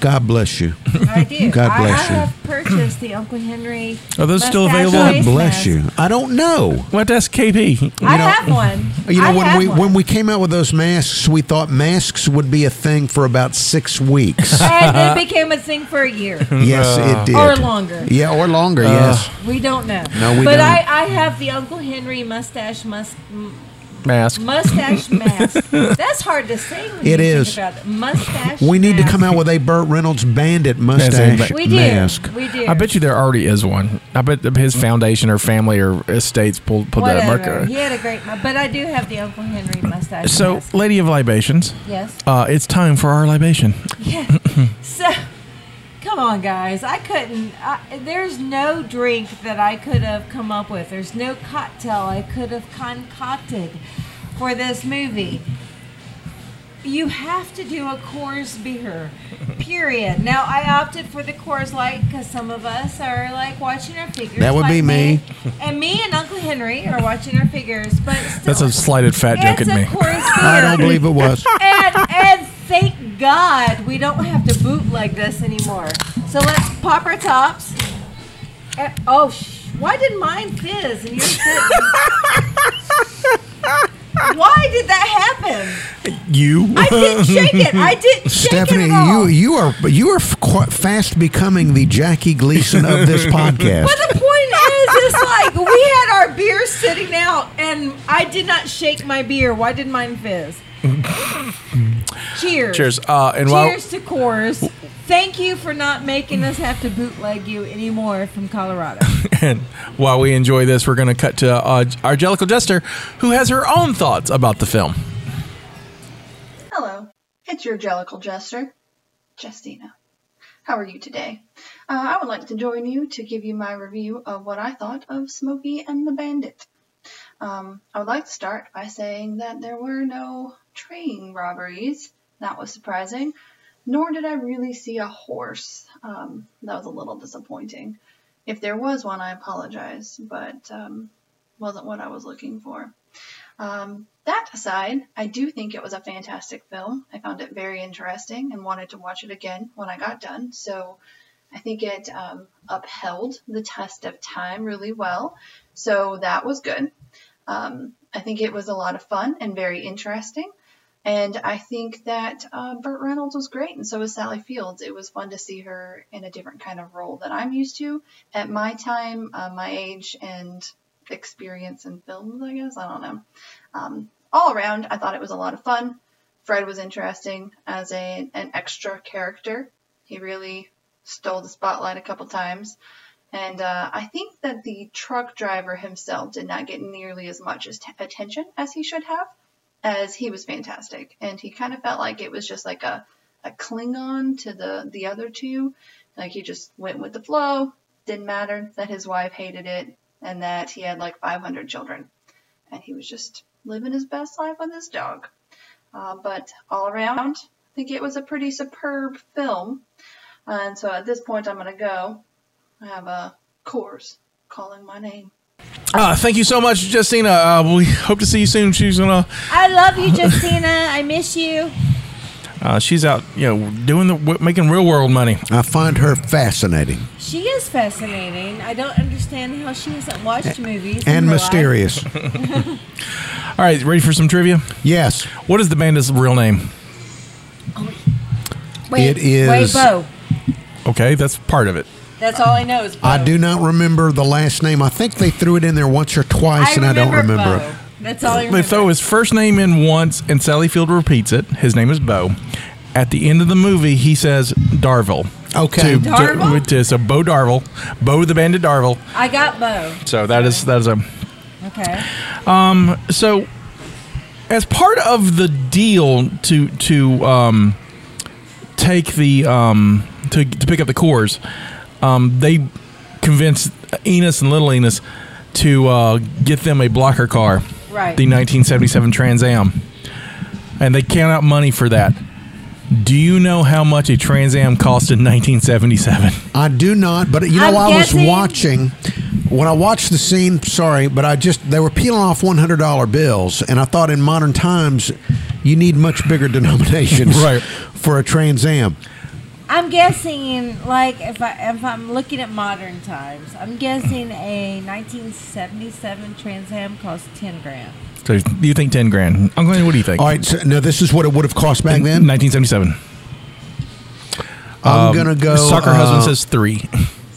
God bless you. I do. God I- bless you. I have purchased the Uncle Henry. Are those still mustache available? God face mask. bless you. I don't know. What that's KP. I know- have one. You I know, when have we one. when we came out with those masks, we thought masks would be a thing for about [laughs] six weeks. and [laughs] then it became a thing for a year yes, it did. or longer. Yeah, or longer. yes. We don't know. No, we but don't. I, I have the Uncle Henry mustache mus- m- Mask. [laughs] mustache mask. That's hard to say. When It you is. Think about it. Mustache. We need to mask. come out with a Burt Reynolds bandit mustache a- We do. mask. We do. I bet you there already is one. I bet his foundation or family or estates pulled pulled that Whatever. marker. He had a great, mu- but I do have the Uncle Henry mustache. So, mask. Lady of Libations, yes, uh, it's time for our libation. yeah. so, come on, guys. I couldn't. I, there's no drink that I could have come up with. There's no cocktail I could have concocted for this movie. You have to do a Coors beer, period. Now I opted for the Coors Light because some of us are like watching our figures. That would like be me. and me and Uncle Henry are watching our figures. But still, That's a slighted fat joke it's at a me. Coors [laughs] I don't beer. believe [laughs] it was. and, and thank God we don't have to bootleg this anymore. So let's pop our tops. And- oh, sh- why did mine fizz and yours didn't? Why did that happen? You. I didn't shake it. I didn't shake Stephanie, it at all. you you are you are f- qu- fast becoming the Jackie Gleason of this podcast. But the point is, it's like we had our beer sitting out, and I did not shake my beer. Why did mine fizz? Cheers. Cheers. Uh, and while Cheers to Coors. Thank you for not making us have to bootleg you anymore from Colorado. and while we enjoy this, we're going to cut to uh, our Jellicle Jester, who has her own thoughts about the film. Hello, it's your Jellicle Jester, Justina. How are you today? Uh, I would like to join you to give you my review of what I thought of Smokey and the Bandit. Um, I would like to start by saying that there were no train robberies. That was surprising. Nor did I really see a horse. Um, that was a little disappointing. If there was one, I apologize, but um, wasn't what I was looking for. Um, that aside, I do think it was a fantastic film. I found it very interesting and wanted to watch it again when I got done. So I think it um, upheld the test of time really well. So that was good. Um, I think it was a lot of fun and very interesting. And I think that uh, Burt Reynolds was great, and so was Sally Fields. It was fun to see her in a different kind of role that I'm used to at my time, uh, my age, and experience in films, I guess. I don't know. Um, all around, I thought it was a lot of fun. Fred was interesting as a, an extra character. He really stole the spotlight a couple times. And uh, I think that the truck driver himself did not get nearly as much as t- attention as he should have, as he was fantastic. And he kind of felt like it was just like a, a Klingon to the, the other two. Like he just went with the flow. Didn't matter that his wife hated it and that he had like 500 children. And he was just living his best life with his dog. Uh, but all around, I think it was a pretty superb film. And so at this point, I'm going to go. I have a course calling my name. Uh, thank you so much, Justina. Uh, we hope to see you soon. She's gonna. I love you, Justina. I miss you. Uh, she's out, you know, doing the w- making real world money. I find her fascinating She is fascinating. I don't understand how she hasn't watched movies in and her mysterious. All right, ready for some trivia? yes, What is the bandit's real name? life. Wait, It is- Wait, Bo. Okay, that's part of it. That's all I know is Bo. I do not remember the last name. I think they threw it in there once or twice, and I don't remember Bo. it. That's all I remember. They throw his first name in once, and Sally Field repeats it. His name is Bo. At the end of the movie, he says Darville. Okay. To, to- Darville? to- so Bo Darville, Bo the Bandit Darville. I got Bo. So that is that is a Okay. so as part of the deal to to um, take the um, to, to pick up the cores um, they convinced enos and little enos to uh, get them a blocker car Right. the 1977 trans am and they count out money for that do you know how much a trans am cost in 1977 I do not, but you know, I'm i guessing- was watching when I watched the scene. Sorry, but I just they were peeling off one hundred dollar bills, and I thought in modern times you need much bigger denominations Right. for a Trans Am. I'm guessing, like, if I if I'm looking at modern times, I'm guessing a 1977 Trans Am cost 10 grand. [laughs] so do you think 10 grand uncle Andy, what do you think All right, so now this is what it would have cost back then. 1977 I'm gonna go. Um, soccer uh, husband says three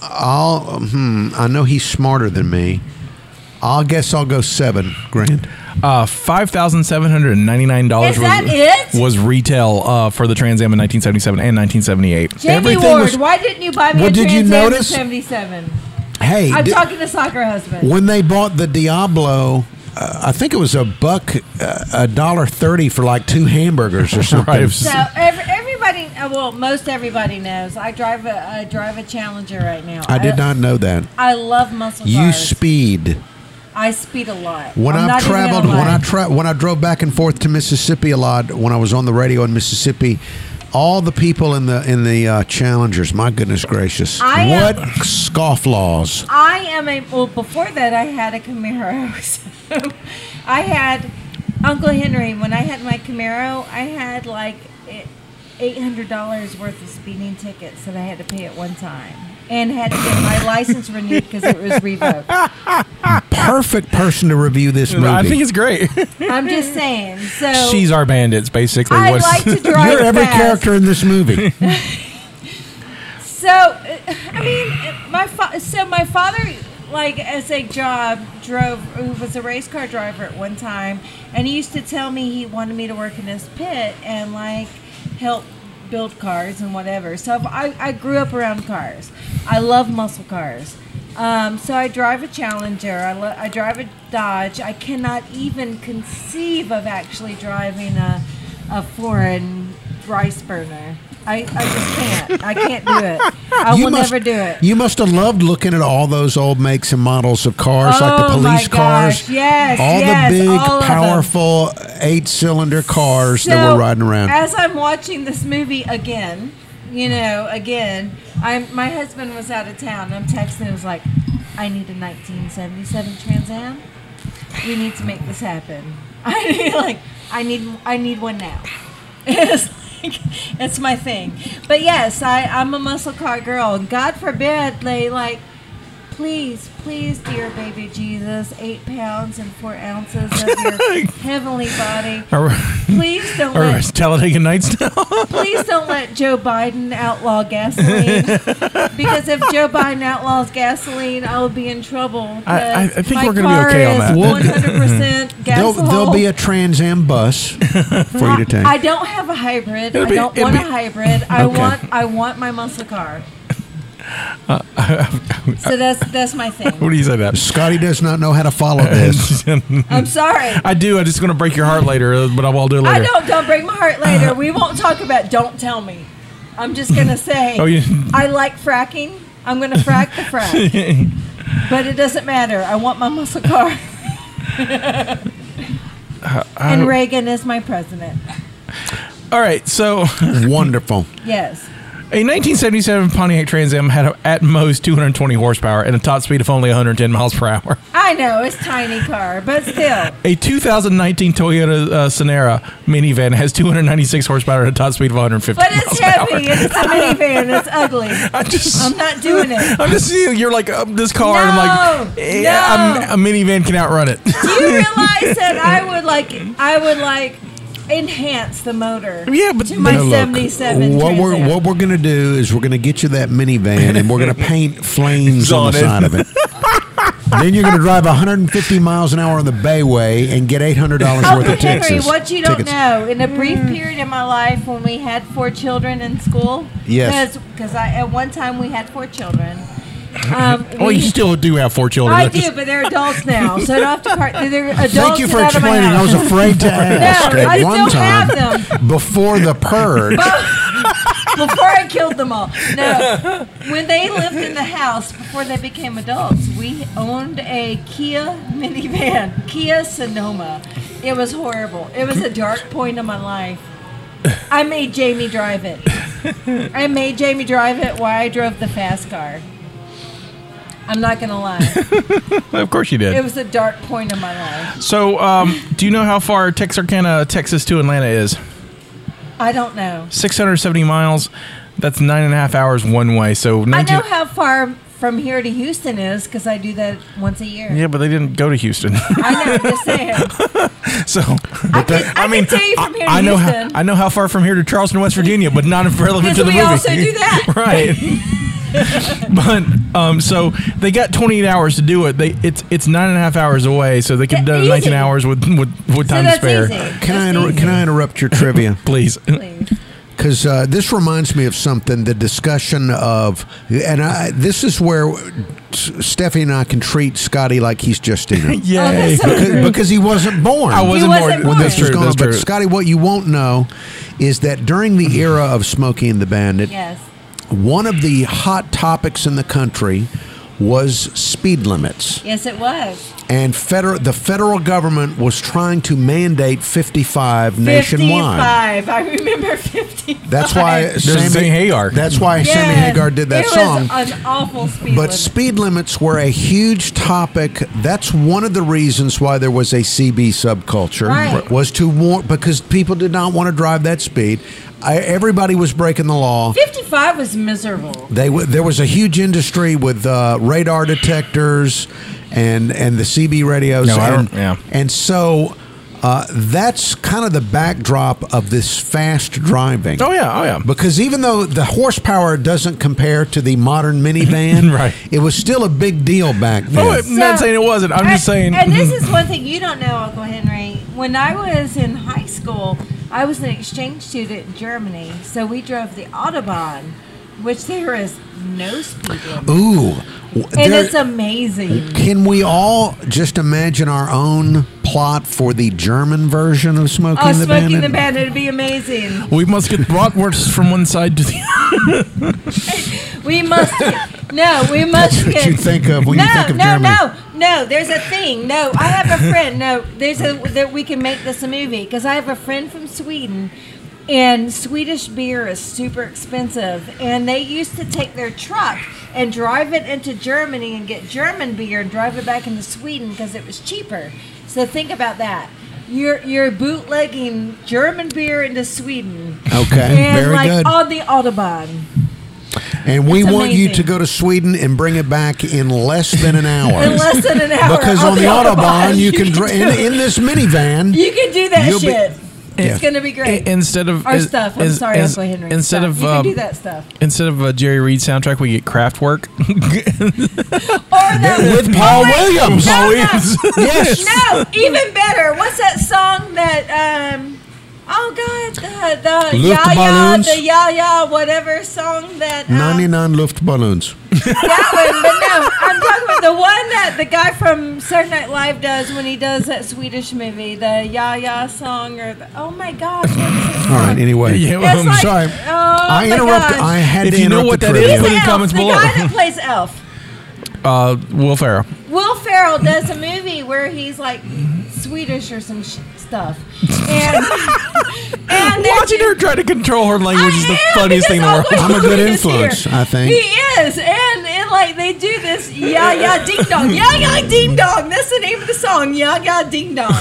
I'll. Hmm, I know he's smarter than me. I'll guess I'll go seven grand. Uh, five thousand seven hundred and ninety nine dollars Is that it? was retail uh, for the Trans Am in nineteen seventy seven and nineteen seventy eight. Jamie Everything Ward, was- why didn't you buy me Well, a did you Trans Am in notice- 77? Hey, I'm di- talking to soccer husband. when they bought the Diablo, uh, I think it was a buck, uh, a dollar thirty for like two hamburgers [laughs] or something. Right, it was- So every, everybody, uh, well, most everybody knows I drive a I drive a Challenger right now. I did not know that. I love muscle You cars. speed. I speed a lot. When I'm i not have even gonna traveled, when lie. I tra- when I drove back and forth to Mississippi a lot, when I was on the radio in Mississippi, all the people in the in the uh, Challengers, my goodness gracious, I uh, am- what scofflaws! I am a well. Before that, I had a Camaro. [laughs] So I had Uncle Henry. When I had my Camaro, I had like eight hundred dollars worth of speeding tickets that I had to pay at one time. and had to get my license renewed because it was revoked. Perfect person to review this movie. I think it's great. [laughs] I'm just saying. So She's our bandits, basically. I What's- [laughs] like to drive You're every fast. character in this movie. So, uh, [laughs] I mean, uh, my fa- so my father, like as a job, drove. Who was a race car driver at one time, and he used to tell me he wanted me to work in his pit and like help build cars and whatever. So I, I grew up around cars. I love muscle cars. Um, so I drive a Challenger. I, lo- I drive a Dodge. I cannot even conceive of actually driving a a foreign rice burner. I, I just can't. I can't do it. [laughs] I will never do it. You must have loved looking at all those old makes and models of cars, like the Oh my police cars. gosh, yes, all yes, the big, all of them. powerful eight-cylinder cars that So, were riding around. As I'm watching this movie again, you know, again, I'm my husband was out of town. I'm texting. him, was like, I need a 1977 Trans Am. We need to make this happen. [laughs] I need like, I need, I need one now. [laughs] It's like, it's my thing. But yes, I, I'm a muscle car girl. And God forbid they like. Please, please, dear baby Jesus, eight pounds and four ounces of [laughs] your heavenly body. Are we- [laughs] Please don't are we let Talladega Nights [laughs] now? please don't let Joe Biden [laughs] outlaw gasoline because if Joe Biden outlaws gasoline, I will be in trouble. I- I- I think we're gonna going be to okay on that. We'll- One hundred percent [laughs] There'll, gasoline. there'll be a Trans Am bus for you to take. I don't have a hybrid. It'll be- I don't it'll want be- a hybrid. I Okay. want I want my [laughs] muscle car. so that's that's Uh, my [laughs] what thing. do you say that? Scotty does not know how [laughs] to follow this. I'm sorry. I do. I'm just going to break your heart later, but I will do it I later. don't don't break my heart later. We won't talk about don't tell me. I'm [laughs] just gonna say Oh, you- I like fracking. I'm gonna [laughs] frack the frack. but it doesn't matter. I want my muscle [laughs] car. [laughs] and Reagan is my president. All right. So, Wonderful. Yes. a 1977 Pontiac Trans Am had a, at most 220 horsepower and a top speed of only 110 miles per hour. I know it's tiny car, but still. A 2019 Toyota uh, Sonera minivan has 296 horsepower and a top speed of 150 But miles [laughs] Oh, it's per hour. heavy and it's a minivan. It's ugly. I just, [laughs] I'm I'm, not doing it. just seeing you're like um, this car, and I'm like, No, eh, no. a, a minivan can outrun [laughs] it. Do you realize that I would like I would like enhance the motor? Yeah, but- to my Now look, seventy-seven. What we're Trans Am? what we're gonna do is we're gonna get you that minivan and we're gonna paint flames on On the it. side of it. then you're gonna drive 150 miles an hour on the Bayway and get 800 dollars Oh, worth but of Texas Henry, what you don't tickets. know, in a brief period in my life when we had four children in school, Yes. because I at one time we had four [laughs] children. Um, well, we- you still do have four children. I do, but they're adults now, so I don't have to part. They're adults. Thank you and for out of my explaining. I house. was afraid to [laughs] ask No, at I still one time have them before the purge. before I killed them all. No, when they lived in the house before they became adults, we owned a Kia minivan, Kia Sonoma. It was horrible. It was a dark point in my life. I made Jamie drive it. I made Jamie drive it while I drove the fast car. I'm not gonna lie. Of course you did. It was a dark point in my life. So, um, do you know how far Texarkana, Texas to Atlanta is? I don't know. 670 miles. That's nine and a half hours one way. So, I 19. know how far from here to Houston is because I do that once a year. yeah, but they didn't go to Houston. [laughs] I know. Just saying. so, I, can, I, mean, can tell you from here to I know how, Houston. I know how far from here to Charleston, West Virginia, but not relevant Because to the we movie. also do that. [laughs] right. [laughs] but um, so they got 28 hours to do it. They it's it's nine and a half hours away, so they could have That- done it in 19 easy. hours with with, with so time that's to spare. easy. Oh, Can I That's inter- easy. can I interrupt your trivia? Please. Please. Because uh, this reminds me of something the discussion of, and I, this is where S- Stephanie and I can treat Scotty like he's [laughs] Justina. Oh, [laughs] Yay. that's so Because, true. because he wasn't born. Mm. I wasn't, wasn't born. born. That's This was true. going That's on. But true. Mm-hmm. Scotty, what you won't know is that during the era of Smokey and the Bandit, yes. one of the hot topics in the country was speed limits. Yes, it was. And federal, the federal government was trying to mandate 55 nationwide. 55. I remember 55. [laughs] That's why Sammy Hagar. That's why Sammy Yes. Hagar did that it song. was an awful speed but limit. speed limits were a huge topic. That's one of the reasons why there was a CB subculture Right. was to warn because people did not want to drive that speed. I, everybody was breaking the law. 55 was miserable. They w- there was a huge industry with uh, radar detectors and and the CB radios. No, I and, don't- yeah. and so uh, that's kind of the backdrop of this fast driving. Oh, yeah. Oh, yeah. Because even though the horsepower doesn't compare to the modern [laughs] minivan, Right. it was still a big deal back then. Oh, it- I'm not saying it wasn't. I'm just saying- And this is one thing you don't know, Uncle Henry. When I was in high school, I was an exchange student in Germany, so we drove the autobahn, which there is no speed limit, Ooh. W- and there- it's amazing. can we all just imagine our own plot for the German version of Smoking Oh, the smoking Bandit? the bandit would be amazing. We must [laughs] get bratwursts from one side to the other. We must. Get, no, we must. That's what get, you think of when no, you think of no, Germany. No, no, no. There's a thing. No, I have a friend. No, there's a that we can make this a movie because I have a friend from Sweden, and Swedish beer is super expensive, and they used to take their truck and drive it into Germany and get German beer and drive it back into Sweden because it was cheaper. So think about that. You're you're bootlegging German beer into Sweden. Okay, And very like good. on the Autobahn. And we It's want you to amazing. go to Sweden and bring it back in less [laughs] than an hour. In less than an hour. Because on the Autobahn, you can, do dri in, it. in this [laughs] minivan. You can do that You'll be- shit. Yeah. It's gonna be great. I- instead of- our is- stuff. I'm is- sorry, is- Uncle Henry. instead Stop. of, you um, can do that stuff. Instead of a Jerry Reed soundtrack, we get Kraftwerk. [laughs] Or the, With Paul Williams. No, Williams. no, [laughs] Yes. no, even better. What's that song that? um Oh God, the the Lift ya ya balloons. the ya ya whatever song that. Um, 99 Luftballons. that one, but no, I'm talking about the one that the guy from Saturday Night Live does when he does that Swedish movie, the ya ya song, or the, oh my gosh. what is it? All [laughs] right, anyway. Yeah, well, Oh, It's I'm like- Sorry. Oh, I my interrupted. gosh. I had If to you know interrupt what the that is, trivia. put in Elf, comments the below. [laughs] guy that plays Elf. Uh, Will Ferrell. Will Ferrell does a movie where he's like Swedish or some sh- stuff. And, and they're Watching her try to control her language is the I am, funniest thing in the because world. [laughs] Uncle I'm a good Henry is influence, here. I think. He is. And and like they do this yeah yeah ding dong. Yeah yeah ding dong. That's the name of the song. Yeah yeah ding [laughs] dong.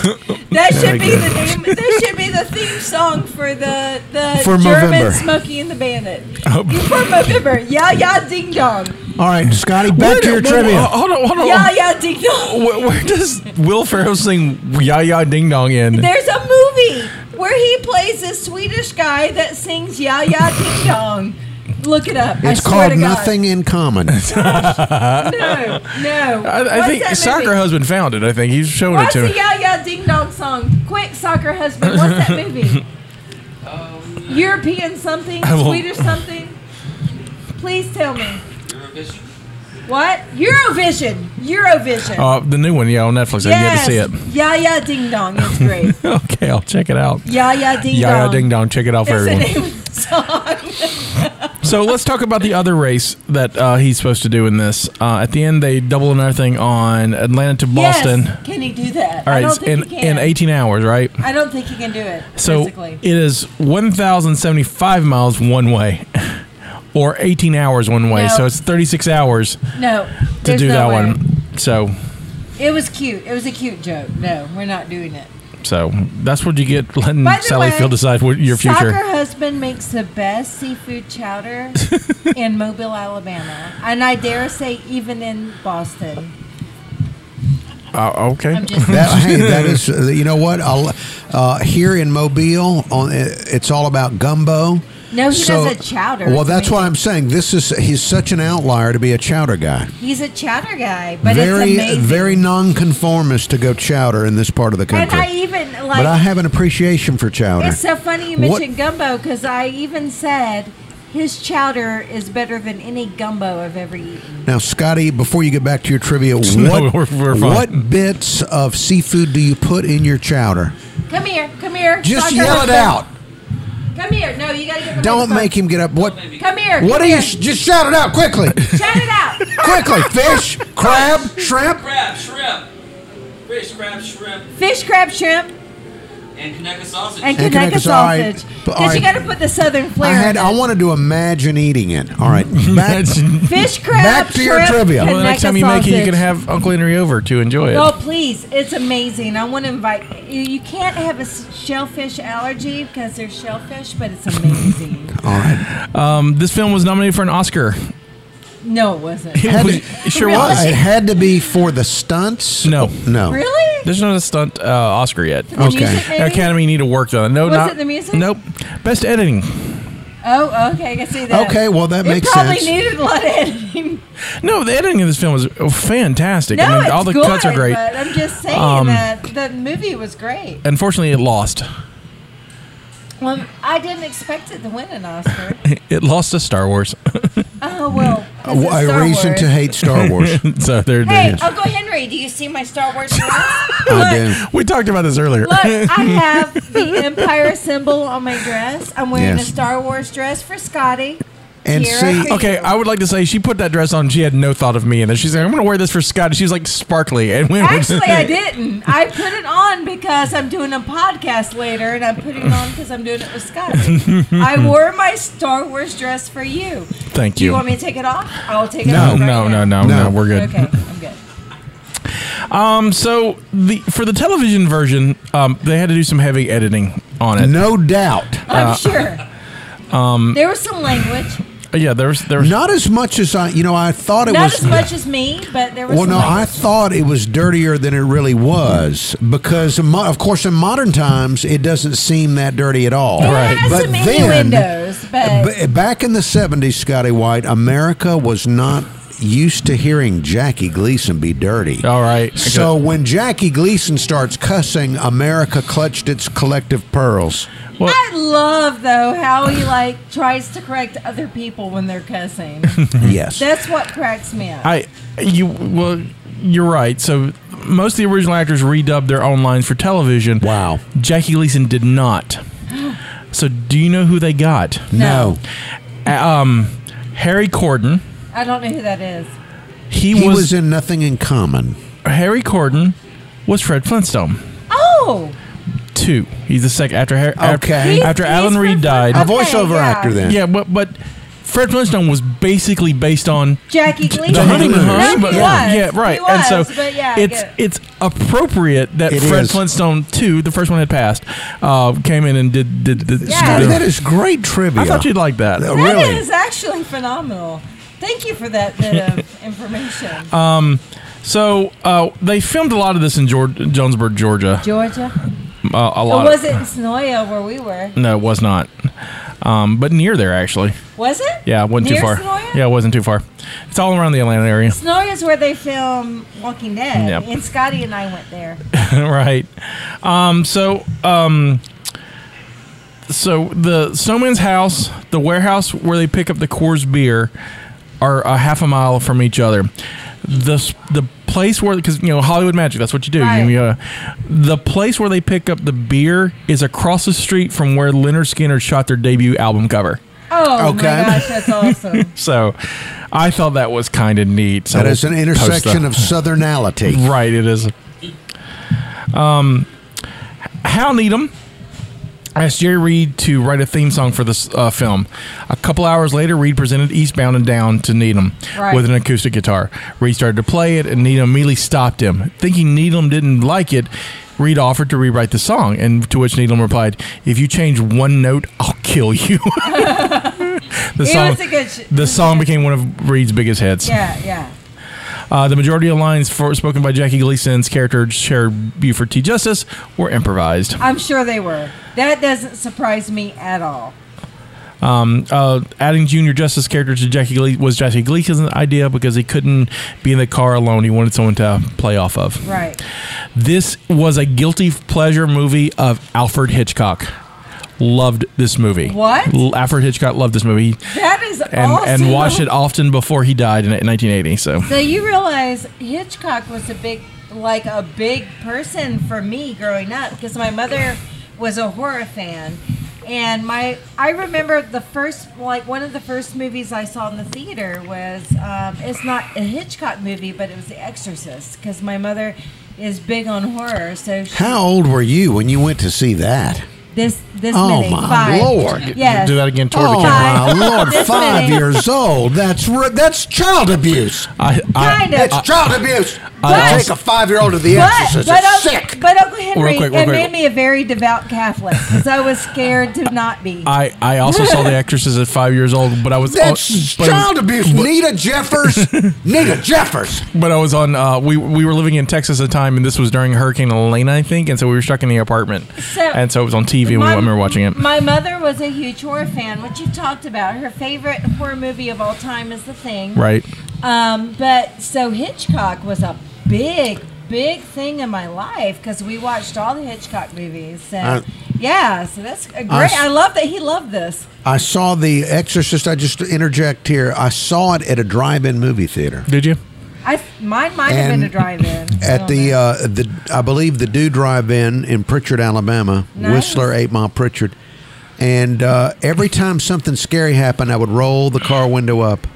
That should be the name that should be the theme song for the the For German Movember. Oh. Smokey and the Bandit. For Movember. Yeah yeah ding dong. All right, Scotty, back to your Wait, wait, trivia. uh, Hold on, hold Oh. on. Yeah yeah ding dong. Where, where does Will Ferrell sing "Ya Ya Ding Dong" in? There's a movie where he plays this Swedish guy that sings "Ya Ya Ding Dong." Look it up. I it's swear called to God. Nothing in [laughs] Common. No, no. I, I What's think that soccer movie? husband found it. I think he's showing What's it to the me. "Ya Ya Ding Dong" song? Quick, soccer husband. What's that [laughs] movie? European something, I won't- Swedish something. Please tell me. Eurovision. What? Eurovision. Eurovision. Uh, the new one, yeah, on Netflix. I didn't get to see Yeah, yeah, ding dong. [laughs] It's great. it. [laughs] Okay, I'll check it out. yeah, yeah, ding Ya dong. Ya Ding Dong. Check it out for That's the everyone. name of the song. So let's talk about the other race that uh, he's supposed to do in this. Uh, at the end, they double another thing on Atlanta to [laughs] Boston. Yes. Can he do that? All I right, don't think in he in can. 18 hours, right? I don't think he can do it. So physically. it is 1,075 miles one way, [laughs] or 18 hours one way. No. So it's 36 hours to no. there's do no that way. one. So, It was cute. It was a cute joke. No, we're not doing it. so that's what you get letting By the Sally way, Field decide what your future. Soccer husband makes the best seafood [laughs] chowder in Mobile, Alabama, and I dare say even in Boston. Uh, okay. I'm just That, hey, that is, you know what? I'll, uh, here in Mobile, on uh, it's all about gumbo. No, he does a chowder. Well, It's that's what amazing. I'm saying. This is he's such an outlier to be a chowder guy. he's a chowder guy, but very, it's uh, amazing. very nonconformist to go chowder in this part of the and country. I even like. but I have an appreciation for chowder. It's so funny you What- mentioned gumbo because I even said his chowder is better than any gumbo I've ever eaten. Now, Scotty, before you get back to your trivia, [laughs] what, No, we're- we're fine. what bits of seafood do you put in your chowder? Come here, come here. Just soccer yell husband. it out. Come here. No, you gotta get. the Don't microphone. make him get up. What? Come here. What come are you? here. sh- Just shout it [laughs] out quickly, Shout it out. quickly. Fish, crab, shrimp. Crab, shrimp. Fish, crab, shrimp. Fish, crab, shrimp. And Kaneka sausage. and And Kaneka Kaneka sausage. sausage. Because But you I- got to put the southern flair. I had. in I it. wanted to imagine eating it. All right, back, [laughs] Imagine. fish crab. Back to your shrimp, trivia. Well, the next Kaneka time you make it, you sausage. can have Uncle Henry over to enjoy it. Oh, please. It's amazing. I want to invite you. You can't have a s- shellfish allergy because there's shellfish, but it's amazing. [laughs] all right. Um, this film was nominated for an Oscar. no, it wasn't. It, was- it sure Really? was. It had to be for the stunts. No. no. Really? There's not a stunt uh, Oscar yet. The Okay. music, maybe? Academy need to work on it. No, Was not, it the music? Nope. Best editing. Oh, okay. I can see that. Okay, well, that it makes probably sense. needed a lot [laughs] of editing. No, the editing of this film was oh, fantastic. No, I mean, it's all the good, cuts are great. But I'm just saying Um, that the movie was great. Unfortunately, it lost. [laughs] Well, I didn't expect it to win an Oscar. It lost to Star Wars. [laughs] oh well. 'cause it's A Star reason Wars. to hate [laughs] Star Wars. so there, there Hey, it is. Uncle Henry, do you see my Star Wars? dress? I do. We talked about this earlier. [laughs] Look, I have the Empire symbol on my dress. I'm wearing Yes. a Star Wars dress for Scotty. And Here see, I go. Okay, I would like to say she put that dress on. She had no thought of me, and then she's like, "I'm going to wear this for Scott." She's like sparkly, and we [laughs] Actually, I didn't. I put it on because I'm doing a podcast later, and I'm putting it on because I'm doing it with Scotty. [laughs] I wore my Star Wars dress for you. Thank Do you you. want me to take it off? I'll take it No, off. right no, no, now. no, no, No. We're good. Okay, I'm good. Um, [laughs] so the for the television version, um, they had to do some heavy editing on it. no doubt. I'm sure. um, there was some language, Yeah, there was there was Not as much as I, you know, I thought it not was. as much as me, but there was. Well, some no, I language. thought it was dirtier than it really was because, in mo- of course, in modern times, it doesn't seem that dirty at all. It has some innuendos, but b- back in the 70s, Scotty White, America was not used to hearing Jackie Gleason be dirty. all right. So when Jackie Gleason starts cussing, America clutched its collective pearls. Well- I love though how he like tries to correct other people when they're [laughs] cussing. Yes. Mm-hmm. That's what cracks me up. I you well you're right. So most of the original actors redubbed their own lines for television. Wow. Jackie Gleason did not. So do you know who they got? No. Um, Harry Corden. I don't know who that is. He, He was, was in Nothing in Common. Harry Corden was Fred Flintstone. Oh, Two. He's the second after Harry, Okay. after, He's- after he's Alan Fred Reed died. A Okay, voiceover yeah. actor then. Yeah, but but Fred Flintstone was basically based on Jackie Gleason. the Honeymoon Honeymooners. Hunt, No, but he yeah, was. yeah, right. He was, and so but yeah, I it's get it. it's appropriate that It Fred is. Flintstone two, the first one had passed, uh, came in and did did. did Yeah. Scotty, did- that is great trivia. I thought you'd like that. That Uh, really. is actually phenomenal. Thank you for that bit [laughs] of information, Uh, So uh, they filmed a lot of this in George, Jonesboro, Georgia. Georgia. Uh, a Or lot. was of, it in Sonoya where we were? No, it was not. Um, but near there actually. Was it? Yeah, it wasn't Near too far. Sonoya? Yeah, it wasn't too far. It's all around the Atlanta area, Sonoya is where they film Walking Dead, Yep. and Scotty and I went there. right? Um, so, um, so the snowman's house, the warehouse where they pick up the Coors beer, are a half a mile from each other. The s- the place where because you know Hollywood magic, that's what you do. You- Right. you, uh, the place where they pick up the beer is across the street from where Leonard Skinner shot their debut album cover. Oh Okay. my gosh, [laughs] that's awesome. So, I thought that was kind of neat. So That is an we'll post intersection that. of [laughs] southernality. Right, it is. Um, Hal Needham asked Jerry Reed to write a theme song for this uh, film. A couple hours later, Reed presented Eastbound and Down to Needham Right. with an acoustic guitar. Reed started to play it, and Needham immediately stopped him. Thinking Needham didn't like it, Reed offered to rewrite the song, and to which Needham replied, "If you change one note, I'll kill you." [laughs] the It was a good sh- the song became one of Reed's biggest hits. Yeah, yeah. Uh, the majority of lines for, spoken by Jackie Gleason's character, Sheriff Buford T. Justice, were improvised. I'm sure they were. That doesn't surprise me at all. Uh, adding Junior Justice's character to Jackie Gle- was Jackie Gleason's idea because he couldn't be in the car alone. He wanted someone to play off of. Right. This was a guilty pleasure movie of Alfred Hitchcock. Loved this movie. What? Oh, L- Alfred Hitchcock loved this movie That is and, awesome. and watched it often before he died in 1980. So. So you realize Hitchcock was a big, like a big person for me growing up because my mother was a horror fan, and my I remember the first, like one of the first movies I saw in the theater was um, it's not a Hitchcock movie, but it was The Exorcist because my mother is big on horror. So she, How old were you when you went to see that? this this Oh many my five. Lord. Yes. Do that again toward the oh camera. [laughs] my lord! This Five many. years old. That's ri- that's child abuse. I, I, Kind of. It's child abuse. I I also- take a five-year-old to the But, exorcist. but, It's Uncle, sick. but Uncle Henry, quick, real it quick. made me a very devout Catholic because I was scared to not be. I, I also [laughs] saw The Exorcist at five years old, but I was That's but- child abuse. Nita [laughs] Jeffers. Nita Jeffers. But I was on. Uh, we we were living in Texas at the time, and this was during Hurricane Elena, I think. And so we were stuck in the apartment, So- and so it was on TV. and we, I remember watching it. My mother was a huge horror fan, which you talked about. Her favorite horror movie of all time is The Thing. right. Um, but so Hitchcock was a big, big thing in my life because we watched all the Hitchcock movies. So I- yeah, so that's a great. I s- I love that he loved this. I saw The Exorcist. I just interject here. I saw it at a drive-in movie theater. Did you? I mine might have And been a drive-in At the uh, the I believe the Do Drive-In in Pritchard, Alabama, Nice. Whistler Eight Mile Pritchard, and uh, every time something scary happened, I would roll the car window up,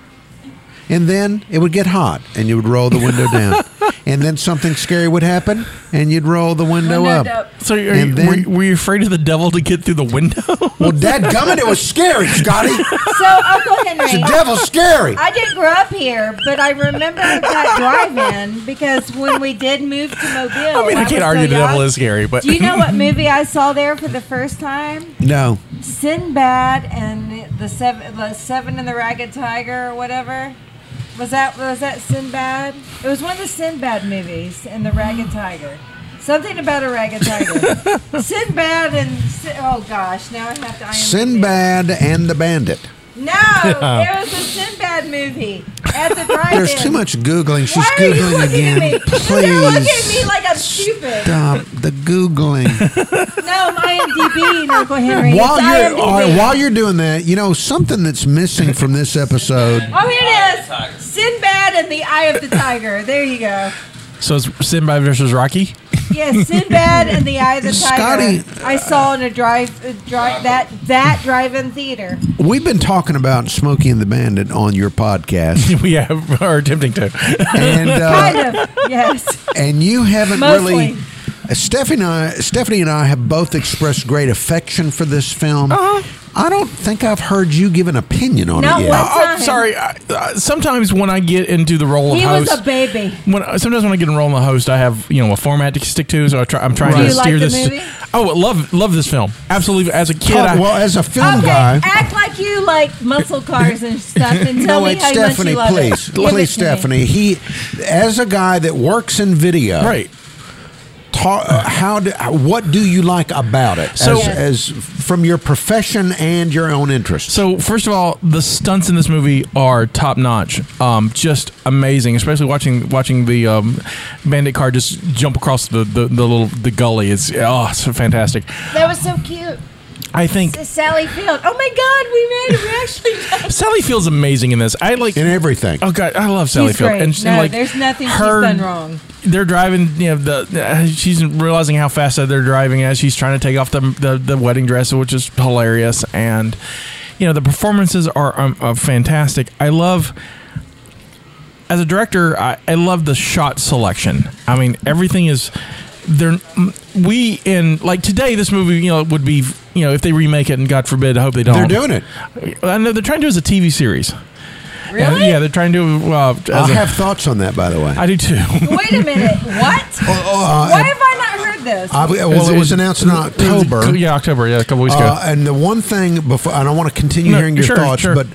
and then it would get hot, and you would roll the window [laughs] down, and then something scary would happen, and you'd roll the window, Window up. up. So are And you, then- were, you- were you afraid of the devil to get through the window? Well, dadgummit, it was scary, Scotty. so [laughs] Uncle Henry. [laughs] The devil's scary. I didn't grow up here, but I remember that drive-in because when we did move to Mobile, I mean, I was can't so argue the devil young. is scary, but Do you [laughs] know what movie I saw there for the first time? No, Sinbad and the seven, the seven and the ragged tiger, or whatever. Was that was that Sinbad? It was one of the Sinbad movies and the ragged tiger. Something about a ragged [laughs] tiger. Sinbad and Sin- oh gosh, now I have to. IMDb. Sinbad and the Bandit. [laughs] No, it was a Sinbad movie at the drive-in. There's too much googling. She's Why are you googling looking again. at me? You're looking at me Please like I'm stupid. stop the [laughs] googling. No, I'm IMDb, Uncle Henry. It's [laughs] while you're IMDb. all right, while you're doing that, you know something that's missing from this episode. Oh, here it is. Sinbad and the Eye of the Tiger. There you go. [laughs] so it's Sinbad versus [laughs] Rocky. Yes, Sinbad and the Eye of the Tiger. Scotty, I saw in a drive, uh, drive that that drive-in theater. We've been talking about Smokey and the Bandit on your [laughs] podcast, we [laughs] have, are attempting to. and Kind uh, of. [laughs] Yes. and you haven't Mostly. really. Stephanie and I, Stephanie and I have both expressed great affection for this film. I don't think I've heard you give an opinion on Uh-huh. Not it yet. one Oh, I'm time. sorry. I, uh, sometimes when I get into the role of He host, was a baby. when sometimes when I get enrolled in the host, I have you know a format to stick to, so I try, I'm trying Do to you like steer the this. movie? Oh, I love love this film. Absolutely. As a kid, Todd, I, well, as a film Okay, guy, act like you like muscle cars and stuff, and tell no, me it's how Stephanie. much you love Please, it. Give it please, to me. Stephanie. He, as a guy that works in video, right. ta- uh, how do, what do you like about it So- as, as from your profession and your own interest So first of all, the stunts in this movie are top notch, um, just amazing. Especially watching watching the um, bandit car just jump across the, the, the little the gully. It's oh, it's fantastic. That was so cute. I think Sally Field. Oh my God, we made it. We actually [laughs] made it. Sally feels amazing in this. I like in everything Oh god, I love Sally Field. great. And, No, and like there's nothing she's her- done wrong. They're driving, you know, the uh, she's realizing how fast that they're driving as she's trying to take off the the, the wedding dress, which is hilarious. And you know, the performances are um, uh, fantastic. I love. As a director, I, I love the shot selection. I mean, everything is there. We in like today, this movie, you know, would be you know if they remake it, and God forbid, I hope they don't. they're doing it I know they're trying to do it as a TV series. Really? yeah, they're trying to. do, Uh, as i a- have thoughts on that by the way I do too. Wait a minute. [laughs] What? Oh, uh, Why have I not heard this? I- well it was announced in october Yeah, October. Yeah, a couple weeks uh, ago. and the one thing before and i want to continue No, hearing your sure, thoughts sure. but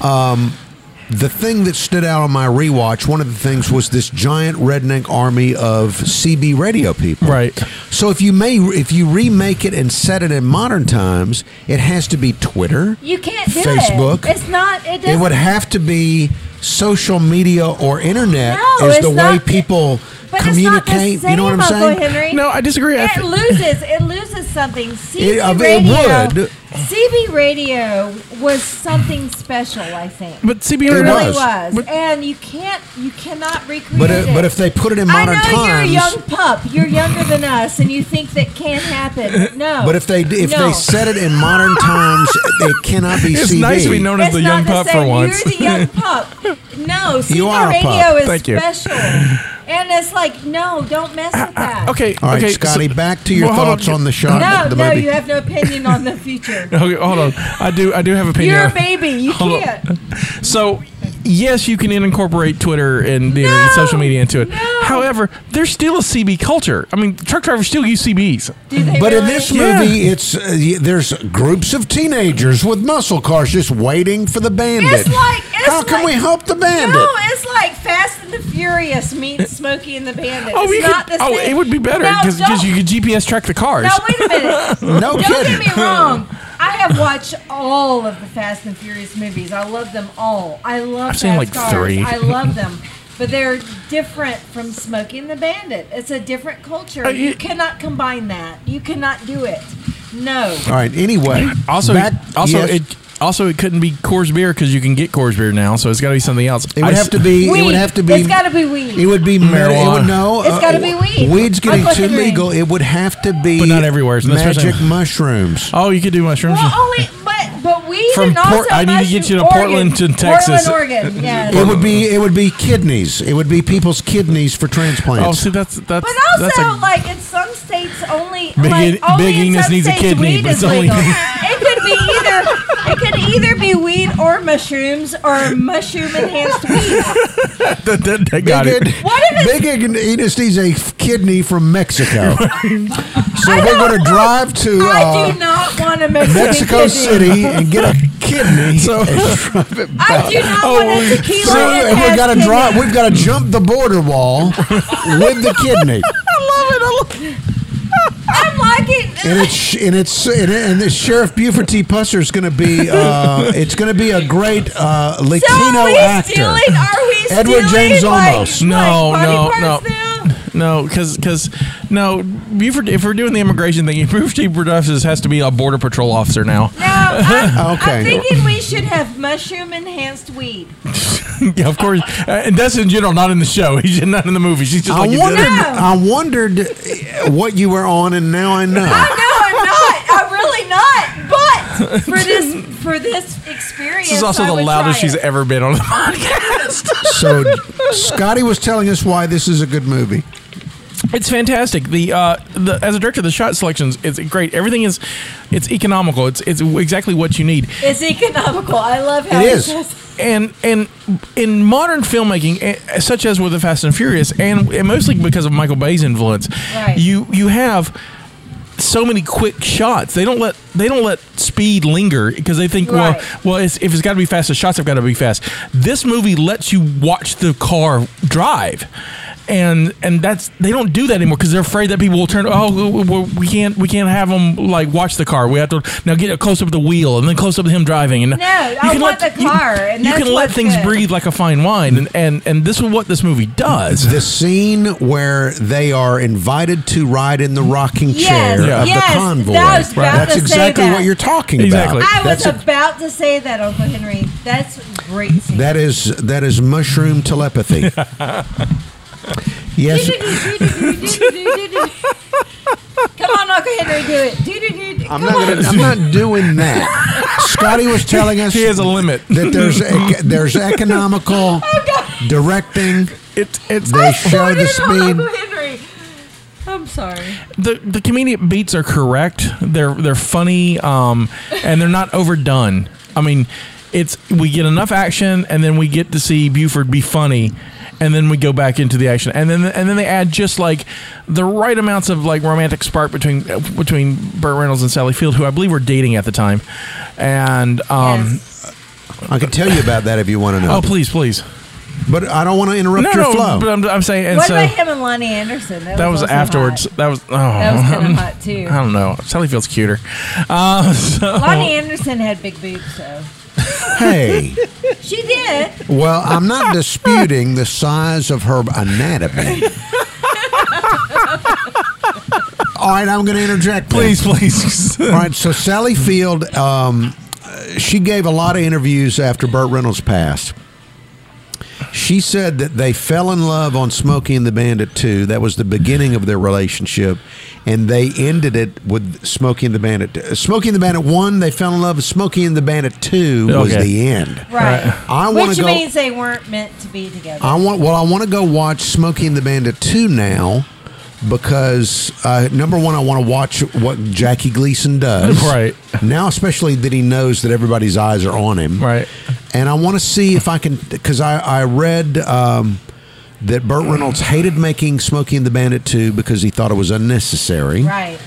um, the thing that stood out on my rewatch one of the things was this giant redneck army of cb radio people Right. so if you may if you remake it and set it in modern times it has to be twitter you can't do Facebook. it. It's not. It It doesn't. would have to be social media or internet No, is it's the way not- people but communicate. It's not the same, you know what I'm Uncle saying? Henry. No, I disagree. I It th- loses. It loses something. CB It- I mean, it radio. would. CB radio was something special. I think. but CBN it it really was. was. But- and you can't. You cannot recreate But it. if, but if they put it in I modern know you're a times, young pup. You're younger than us, and you think that can happen. But [laughs] no. but if they if No. they set it in [laughs] modern times, it cannot be It's CB. nice to be known as It's the not young the pup same. for once. You're the young pup. No, CB You are a radio pup. is Thank you. special. And it's like, no, don't mess [coughs] with [laughs] that. Okay. Uh, All right, okay, Scotty, so- back to your well, hold thoughts on, the shot. No, the no, movie. you have no opinion on the future. [laughs] Okay, hold on. I do. I do have opinion. You're a baby. You Hold on. can't. So, yes, you can incorporate Twitter and the No! social media into it. No! However, there's still a CB culture. I mean, truck drivers still use CBs. Do they but in really? this Yeah. movie, it's uh, y- there's groups of teenagers with muscle cars just waiting for the bandit. It's like- it's How can we like- help the bandit? No, it's like Fast and the Furious meets Smokey and the Bandit. Oh, it's you not could, the oh, same. it would be better No, because don't. you could GPS track the cars. Now wait a [laughs] minute. No Don't kidding. get me wrong. I have watched all of the Fast and Furious movies. I love them all. I love. I've seen, fast like, cars. three. I love them, but they're different from Smoking the Bandit. It's a different culture. Uh, you it- cannot combine that. You cannot do it. No. All right. Anyway, Also, back, also yes, it. Also, it couldn't be Coors beer because you can get Coors beer now, so it's got to be something else. it would have to be. It Weed. would have to be. It's got to be weed. It would be marijuana. It Marijuana. would, no, uh, It's gotta be weed. Weed's getting Uncle too Henry. legal. It would have to be, But not everywhere, it's not magic especially- mushrooms. Oh, you could do mushrooms. well, only but but we From and also Port- I need to get you to mushroom- Portland to Oregon. Texas. Portland, Oregon. Yes. It would be. It would be kidneys. It would be people's kidneys for oh, transplants. see, that's that's. But also, that's a, like in some states, only Big En- like only Big in Enos some needs a states, kidney, weed but it's is only- legal. [laughs] it could be either it could either be weed or mushrooms or mushroom enhanced [laughs] weed. that, that, that got it. What if it's Big Enos needs a f- kidney from [laughs] Mexico. so we're don't- going to drive to I uh, do not want a Mexican Mexico kidney. City and get a [laughs] kidney. So, I do not Oh, want a tequila. [laughs] so that and we has got to kidney. [laughs] drive. We've got to jump the border wall with the kidney. I love it. [laughs] I'm liking. And it's and it's and, and this Sheriff Buford T. Pusser is going to be [laughs] uh, it's going to be a great uh, so Latino are we actor. stealing? Are we stealing? Edward James like, Olmos. like No, body no, no. parts Now? No, because no, Buford. If we're doing the immigration thing, Buford T. Productions has to be a border patrol officer now. [laughs] No, I'm, Okay. I'm thinking we should have mushroom enhanced weed. yeah, of course, uh, and that's in general, not in the show. [laughs] He's not in the movie. She's just I like wondered No. I wondered what you were on, and now I know. No, I'm not. I'm really not. But for this for this experience, This is also I the would loudest try she's it. ever been on the [laughs] podcast. So Scotty was telling us why this is a good movie. It's fantastic. The uh, the as a director, the shot selections it's great. Everything is, it's economical. It's it's exactly what you need. It's economical. I love how It he is. says- and and in modern filmmaking, eh, such as with the Fast and Furious, and, and mostly because of Michael Bay's influence, Right. you you have so many quick shots. They don't let they don't let speed linger because they think, Right. well, well, it's, if it's got to be fast, the shots have got to be fast. This movie lets you watch the car drive. And and that's they don't do that anymore because they're afraid that people will turn. Oh, w- w- we can't we can't have them like watch the car. We have to now get a close up of the wheel and then close up of him driving. And No, I want the car, You, and you that's can let what's things good. breathe like a fine wine, and and and this is what this movie does. The scene where they are invited to ride in the rocking Yes, chair Yeah. of yes, the convoy. that was about That's to say exactly that. what you're talking Exactly. about. I was That's a- about to say that, Uncle Henry. That's a great. Scene. that is that is mushroom [laughs] telepathy. yes. Come on, Uncle Henry, do it. Do, do, do, do. I'm Come not, on. gonna, I'm not [laughs] doing that. Scotty was telling us He has a [laughs] Oh, limit. that there's ec- there's economical directing. It, it's They show the Put it on speed. Uncle Henry. I'm sorry. the the comedic beats are correct. They're they're funny, um, and they're not overdone. I mean, it's we get enough action, and then we get to see Buford be funny, and then we go back into the action, and then and then they add just like the right amounts of like romantic spark between between Burt Reynolds and Sally Field, who I believe were dating at the time, and um, Yes. I can tell you about that if you want to know. oh please please But I don't want to interrupt no your no flow. but I'm, I'm saying and What so about him and Lonnie Anderson? that was also afterwards hot. that was oh That was kind of [laughs] hot too. I don't know Sally Field's cuter, uh, [laughs] so- Lonnie Anderson had big boobs, so hey. she did. Well, [laughs] I'm not disputing the size of her anatomy. All right, I'm going to interject. then. please please. [laughs] All right, so Sally Field, um, she gave a lot of interviews after Burt Reynolds passed. She said that they fell in love on Smokey and the Bandit 2. That was the beginning of their relationship. And they ended it with Smokey and the Bandit. uh, Smokey and the Bandit 1, they fell in love. Smokey and the Bandit 2 was Okay. the end. Right. I want Which to go. means they weren't meant to be together. I want. Well, I want to go watch Smokey and the Bandit 2 now because, uh, number one, I want to watch what Jackie Gleason does. [laughs] Right. Now, especially that he knows that everybody's eyes are on him. Right. And I want to see if I can, because I, I read um, that Burt Reynolds hated making Smokey and the Bandit 2 because he thought it was unnecessary. right.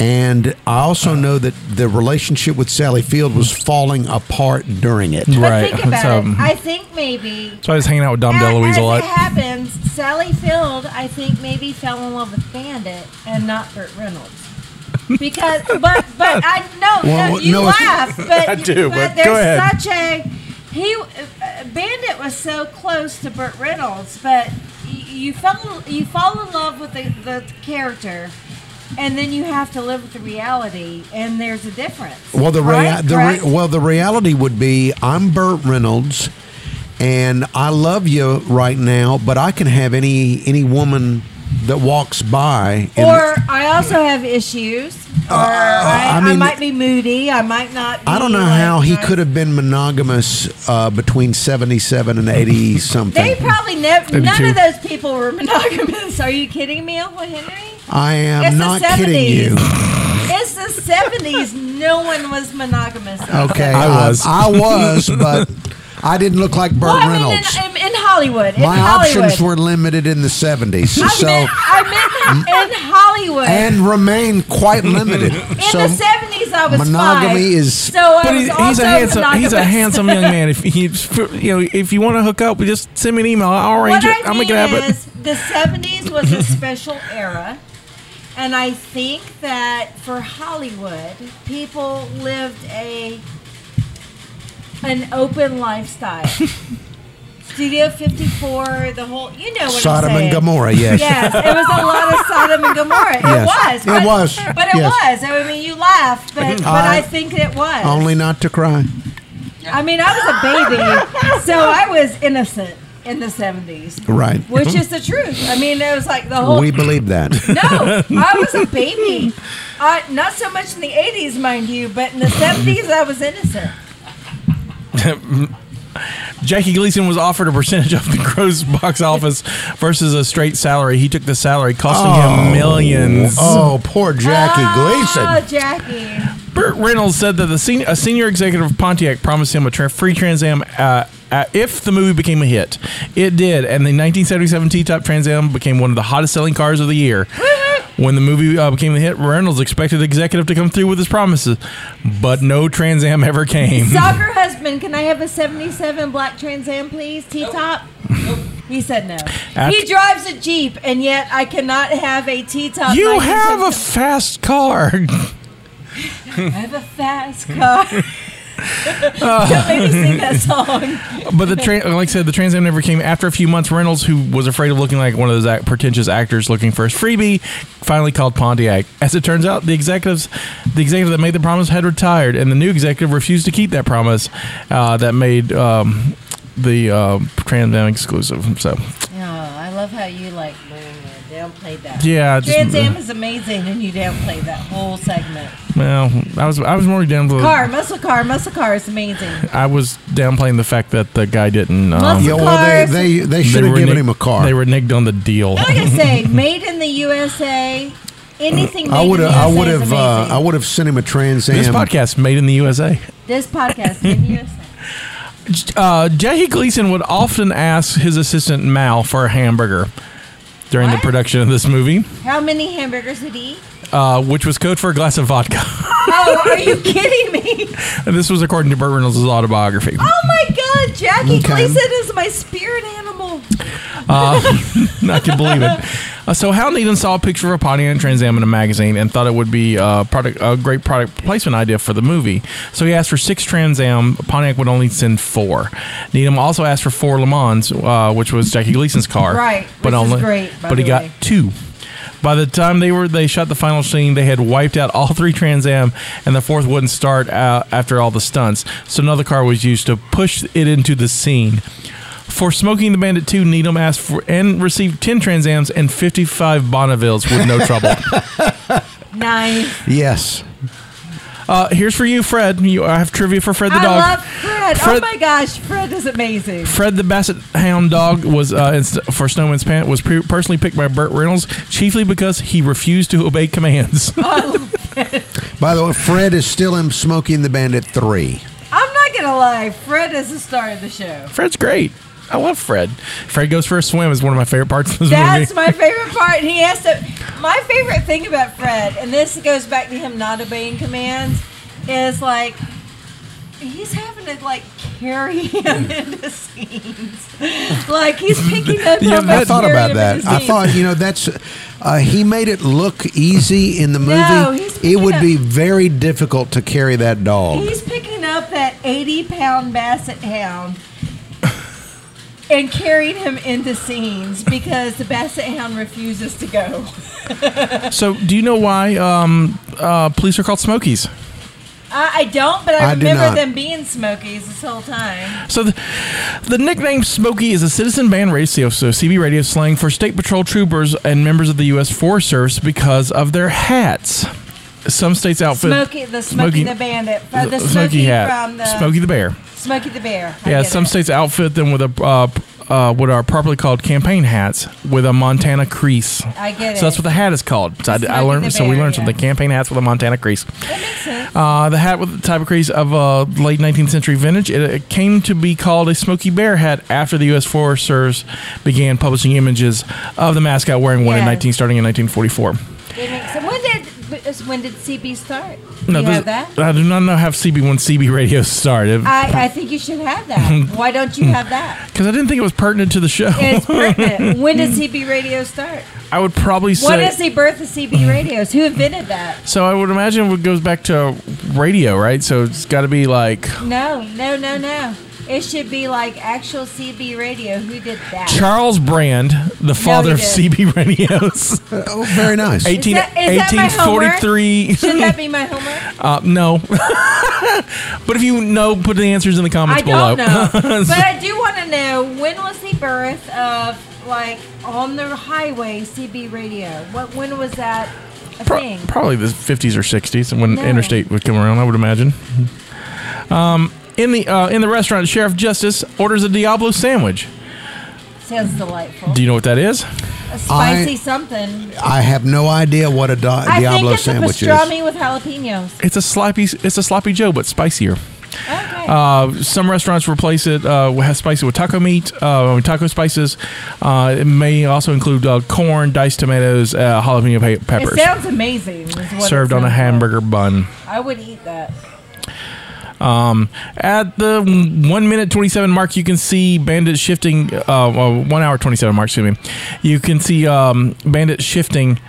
And I also know that the relationship with Sally Field was falling apart during it. But Right. think [laughs] about So, it. I think maybe. So I was hanging out with Dom a- DeLuise as a lot. it happens, Sally Field, I think, maybe fell in love with Bandit and not Burt Reynolds. Because, [laughs] but, but I no, no Well, you no, it's- [laughs] laugh, but I do, but there's go ahead. such a he uh, Bandit was so close to Burt Reynolds, but y- you fell you fall in love with the, the character, and then you have to live with the reality, and there's a difference. Well, the, rea- right? the re- Correct? well, the reality would be I'm Burt Reynolds, and I love you right now, but I can have any any woman that walks by. And or I also have issues. Or I, Uh, I I, mean- might be moody. I might not. Be I don't know like- how he could have been monogamous uh, between seventy-seven and [laughs] eighty something. They probably never. Maybe None two. of those people were [laughs] monogamous. Are you kidding me, Uncle Henry? I am It's the not kidding you. It's the seventies. No one was monogamous. [laughs] Okay, I was. I, was, [laughs] but I didn't look like Burt Well, I mean, Reynolds. in, in, in Hollywood. In My Hollywood. options were limited in the seventies, I so meant, I [laughs] meant in Hollywood. and remain quite limited. [laughs] in so the seventies, I was monogamy five, is- So I But he's, was he's also a handsome, he's a [laughs] monogamous. handsome young man. If he, you know, if you want to hook up, just send me an email. I'll arrange What it. I I'll make mean it happen. is, the '70s was [laughs] a special era, and I think that for Hollywood, people lived a an open [laughs] lifestyle. Studio 54, the whole, you know what Sodom I'm saying. and Gomorrah, [laughs] yes. Yes, it was a lot of Sodom and Gomorrah. It Yes, was. it But, was, But it yes. Mm-hmm. was. I mean, you laughed, but, but I- I think it was. Only not to cry. I mean, I was a baby, so I was innocent in the 70s. Right. Which is the truth. I mean, it was like the whole. We believe that. [laughs] no, I was a baby. Uh, not so much in the 80s, mind you, but in the 70s, I was innocent. Jackie Gleason was offered a percentage of the gross box office versus a straight salary. He took the salary, costing him millions. Oh, poor Jackie Oh, Gleason. Jackie. Burt Reynolds said that the sen- a senior executive of Pontiac promised him a tra- free Trans Am uh, uh, if the movie became a hit. It did, and the 1977 T-Type Trans Am became one of the hottest selling cars of the year. When the movie uh, became a hit, Reynolds expected the executive to come through with his promises, but no Trans Am ever came. Soccer husband, can I have a 77 black Trans Am, please? T top? He said no. After- he drives a Jeep, and yet I cannot have a T top. You have a fast car. I have a fast [laughs] car. [laughs] Don't make me sing that song. But the tra- like I said, the Trans Am never came. After a few months, Reynolds, who was afraid of looking like one of those act- pretentious actors looking for his freebie, finally called Pontiac. As it turns out, the executives, the executive that made the promise had retired, and the new executive refused to keep that promise uh, that made um, the uh, Trans Am exclusive. So Oh, I love how you like uh, downplayed that. yeah, I just- Trans Am is amazing, and you downplayed that whole segment. Well, I was I was more down for Car, muscle car, muscle car is amazing. I was downplaying the fact that the guy didn't. Um, Muscle- Yeah, well, Cars. they, they, they they should have given reneg- him a car. They reneged on the deal. Like I say, made in the USA. Anything made I would in have, the I USA would is have, uh, amazing. I would have sent him a Trans Am. This podcast made in the USA. this podcast made in the USA. uh, Jackie Gleason would often ask his assistant Mal for a hamburger during the What? production of this movie, How many hamburgers did he eat? uh, which was code for a glass of vodka. [laughs] Oh, are [laughs] you kidding me? and this was according to Burt Reynolds' autobiography. Oh my God, Jackie Okay. Gleason is my spirit animal. [laughs] I can believe it. Uh, so Hal Needham saw a picture of a Pontiac and Trans Am in a magazine and thought it would be a, product, a great product placement idea for the movie. So he asked for six Trans Am. Pontiac would only send four. Needham also asked for four Le Mans, uh, which was Jackie Gleason's car. Right, but which is only great, by but he the got way. two. By the time they were they shot the final scene, they had wiped out all [laughs] three Trans Am, and the fourth wouldn't start uh, after all the stunts. So another car was used to push it into the scene. For smoking the Bandit 2, Needham asked for and received 10 Transams and 55 Bonnevilles with no trouble. Nice. Yes. Uh, here's for you, Fred. You, I have trivia for Fred the I dog. love Fred. Oh Fred- my gosh, Fred is amazing. Fred the Basset Hound dog was uh, inst- for Snowman's Pant was pre- personally picked by Burt Reynolds chiefly because he refused to obey [laughs] commands. Oh. By the way, Fred is still in Smoking the Bandit 3. I'm not gonna lie, Fred is the star of the show. Fred's great. I love Fred. Fred goes for a swim is one of my favorite parts of this That's movie. my favorite part. He has to. My favorite thing about Fred, and this goes back to him not obeying commands, is like he's having to like carry [laughs] him into scenes. Like he's picking up. Yeah, him I I and thought carrying about him that. into I scenes. thought, you know, that's uh, he made it look easy in the movie. No, he's it would picking be very difficult to carry that dog. He's picking up that 80 pound basset hound and carrying him into scenes because the basset hound refuses to go. so, do you know why um, uh, police are called Smokies? I, I don't, but I, I do remember not. them being smokies this whole time. So, the, the nickname Smokey is a citizen band radio, so CB radio slang for state patrol troopers and members of the U.S. Forest Service because of their hats. Some states outfit Smoky, the Smoky the Bandit, uh, the Smoky, from the Smokey the Bear. Smokey the Bear. I Yeah, get some it. states outfit them with a uh, p- uh, what are properly called campaign hats with a Montana crease. I get So that's it. what the hat is called. So I, It's I like learned. the So we bear, learned something. yeah. Campaign hats with a Montana crease. That makes sense. Uh, the hat with the type of crease of uh, late 19th century vintage. It, it came to be called a Smoky Bear hat after the U.S. Forest Service began publishing images of the mascot wearing one in Yeah. 19 starting in 1944. That makes sense. When did uh, when did CB start? No, you this- have that? I do not know how CB when CB radio started I, I think you should have [laughs] that. Why don't you have that? because I didn't think it was pertinent to the show. It's pertinent. When did CB radio start? I would probably say What is the birth of [laughs] CB radios? Who invented that? So I would imagine it goes back to radio, right? So it's got to be like No, no, no, no. It should be like actual CB radio. Who did that? Charles Brand, the father of didn't. CB radios, oh, very nice. 18, that- is that my 1843. should that be my homework? Uh, no, [laughs] but if you know, put the answers in the I comments below. don't know, but I do want to know when was the birth of like on the highway CB radio? What when was that [laughs] a Pro- thing? probably the 50s or 60s when No. interstate would come around, I would imagine. Um, in the uh, in the restaurant, Sheriff Justice orders a Diablo sandwich. Sounds delightful. Do you know what that is? A spicy something. I have no idea what a do- I think Diablo it's a sandwich pastrami with jalapenos. It's a sloppy it's a sloppy Joe, but spicier. Okay. Uh, some restaurants replace it, uh, with- spice it with taco meat, uh, with taco spices. Uh, it may also include uh, corn, diced tomatoes, uh, jalapeno pe- it peppers. sounds amazing. is what it Served on a sounds like. hamburger bun. I would eat that. At the one minute twenty seven mark, you can see Bandit shifting. Uh, well, one hour twenty seven mark. Excuse me. You can see um, Bandit shifting.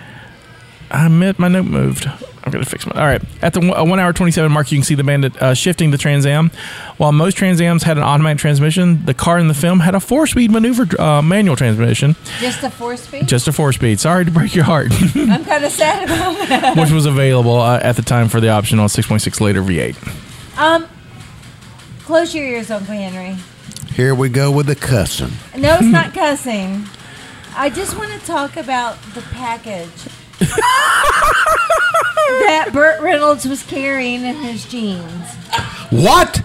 I meant my note moved. I'm gonna fix my. All right. At the one uh, one hour twenty seven mark, you can see the Bandit uh, shifting the Trans Am. While most Trans Ams had an automatic transmission, the car in the film had a four speed maneuver uh, manual transmission. Just a four speed. Just a four speed. Sorry to break your heart. I'm kind of sad about that. Which was available uh, at the time for the optional six point six liter V eight. Um, close your ears, Uncle Henry. is. Here we go with the cussing. No, it's not cussing. I just want to talk about the package that Burt Reynolds was carrying in his jeans. What?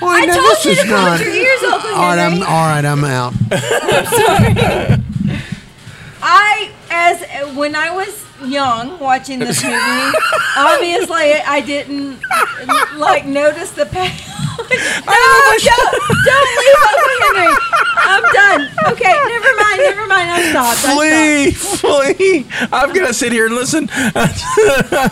Well, [laughs] I told you to close your ears, eh? Uncle Henry. All right, I'm, all right, I'm out. I as when I was young watching this movie, obviously I didn't like notice the package. No, don't, don't leave Uncle Henry. I'm done. Okay, never mind, never mind. I stopped. I Flee, flee! I'm gonna sit here and listen. [laughs] stopped.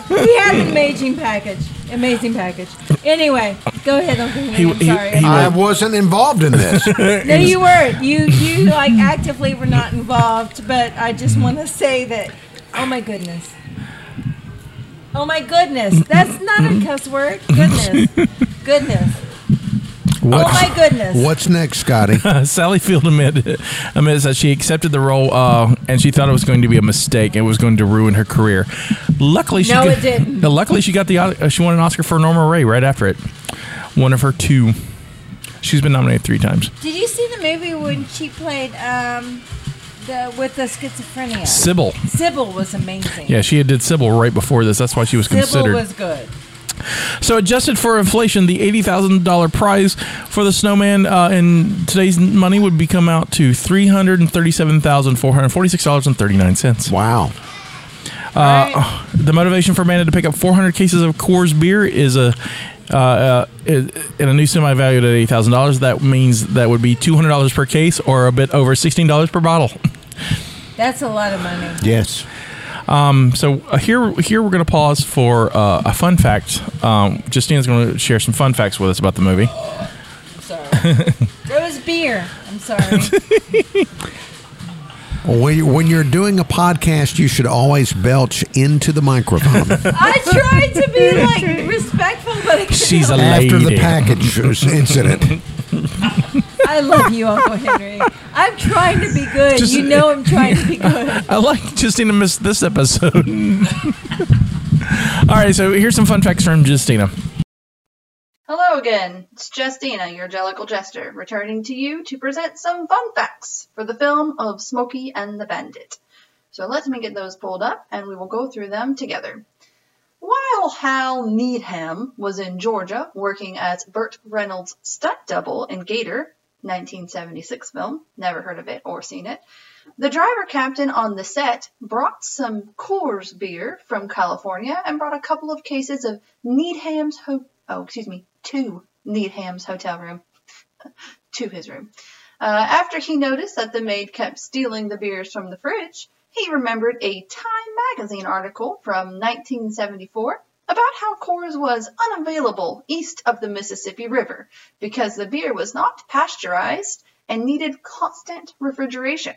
He had an amazing package. Amazing package. Anyway, go ahead, Uncle Henry. I'm he- sorry. he- I wasn't involved in this. no, you weren't. You you like actively were not involved, but I just Mm-hmm. want to say that. Oh my goodness. Oh my goodness. That's not a cuss word. [laughs] Goodness. Goodness. oh my goodness. What's next, Scotty? [laughs] Sally Field admitted, admits that she accepted the role uh, and she thought it was going to be a mistake and it was going to ruin her career. Luckily, she No, got- [laughs] it didn't. Luckily, she got the uh, she won an Oscar for Norma Ray right after it. One of her two. She's been nominated three times. Did you see the movie when she played um, the with the schizophrenia? Sybil. Sybil was amazing. Yeah, she had did Sybil right before this. That's why she was Sybil considered. was good. So adjusted for inflation, the eighty thousand dollar prize for the snowman uh, in today's money would be come out to three hundred and thirty seven thousand four hundred forty six dollars and thirty nine cents. Wow. Right? The motivation for Amanda to pick up four hundred cases of Coors beer is a. Uh, uh, is- in a new semi valued at eighty thousand dollars, that means that would be two hundred dollars per case, or a bit over sixteen dollars per bottle. That's a lot of money. Yes. So uh, here, here we're going to pause for uh, a fun fact. Um, Justine's going to share some fun facts with us about the movie. I'm sorry. there was beer. I'm sorry. When you- when you're doing a podcast, you should always belch into the microphone I tried to be like respectful, but I couldn't. She's a after the lady. package incident. I love you, Uncle Henry. I'm trying to be good. Just- you know I'm trying to be good. I like Justina missed this episode. [laughs] All right, so here's some fun facts from Justina. Hello again. It's Justina, your Jellicle Jester, returning to you to present some fun facts for the film of Smokey and the Bandit. So let me get those pulled up and we will go through them together. While Hal Needham was in Georgia working as Burt Reynolds' stunt double in Gator, 1976 film, never heard of it or seen it, the driver captain on the set brought some Coors beer from California and brought a couple of cases of Needham's ho- oh excuse me to Needham's hotel room [laughs] to his room. Uh, after he noticed that the maid kept stealing the beers from the fridge, he remembered a Time magazine article from 1974 about how Coors was unavailable east of the Mississippi River because the beer was not pasteurized and needed constant refrigeration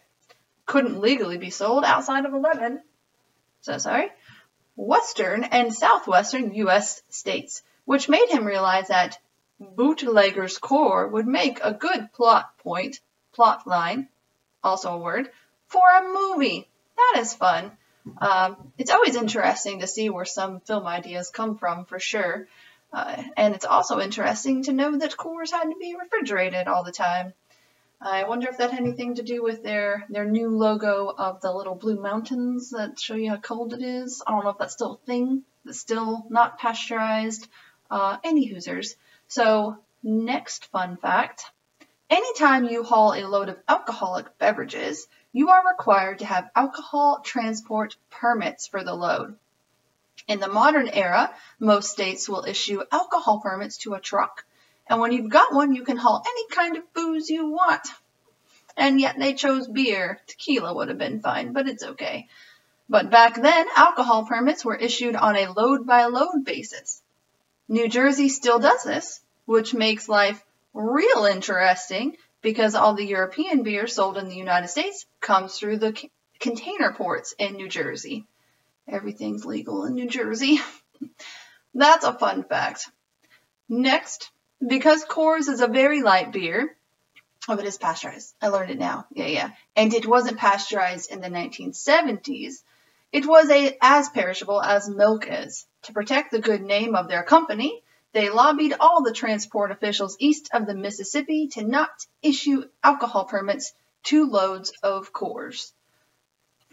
couldn't legally be sold outside of 11. So sorry. Western and southwestern U.S. states, which made him realize that Bootlegger's Core would make a good plot point, plot line, also a word, for a movie. That is fun. Um, it's always interesting to see where some film ideas come from, for sure. Uh, and it's also interesting to know that cores had to be refrigerated all the time. I wonder if that had anything to do with their their new logo of the little blue mountains that show you how cold it is. I don't know if that's still a thing. That's still not pasteurized. Uh, any hoosers. So next fun fact: anytime you haul a load of alcoholic beverages, you are required to have alcohol transport permits for the load. In the modern era, most states will issue alcohol permits to a truck, and when you've got one, you can haul any kind of booze you want. And yet they chose beer. Tequila would have been fine, but it's okay. But back then, alcohol permits were issued on a load by load basis. New Jersey still does this, which makes life real interesting because all the European beer sold in the United States comes through the c- container ports in New Jersey. Everything's legal in New Jersey. [laughs] That's a fun fact. Next, because Coors is a very light beer, oh, it is pasteurized. I learned it now. Yeah, yeah. And it wasn't pasteurized in the 1970s. It was a, as perishable as milk is. To protect the good name of their company, they lobbied all the transport officials east of the Mississippi to not issue alcohol permits to loads of Coors.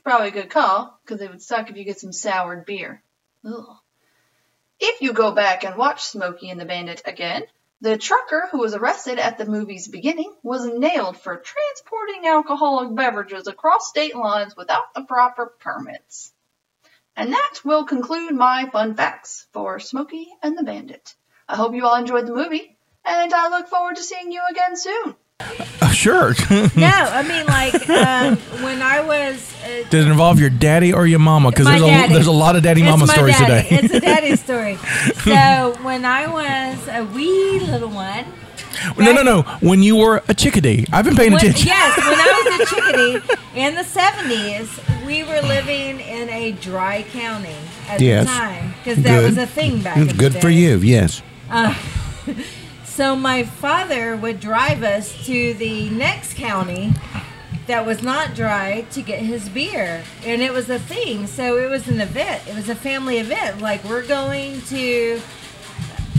Probably a good call, because it would suck if you get some soured beer. Ugh. If you go back and watch Smokey and the Bandit again, the trucker who was arrested at the movie's beginning was nailed for transporting alcoholic beverages across state lines without the proper permits. And that will conclude my fun facts for Smokey and the Bandit. I hope you all enjoyed the movie, and I look forward to seeing you again soon. Uh, sure. Did No, I mean like um, when I was. Uh, it involve your daddy or your mama? Because My there's a, daddy. there's a lot of daddy it's mama my stories daddy. [laughs] today. It's a daddy story. So when I was a wee little one, No, no, no. When you were a chickadee, I've been paying When- attention. yes, when I was a chickadee in the 70s, we were living in a dry county at Yes. the time because that Good. was a thing back in the Good for day. you. Yes. So my father would drive us to the next county that was not dry to get his beer. And it was a thing. So it was an event. It was a family event. Like we're going to, you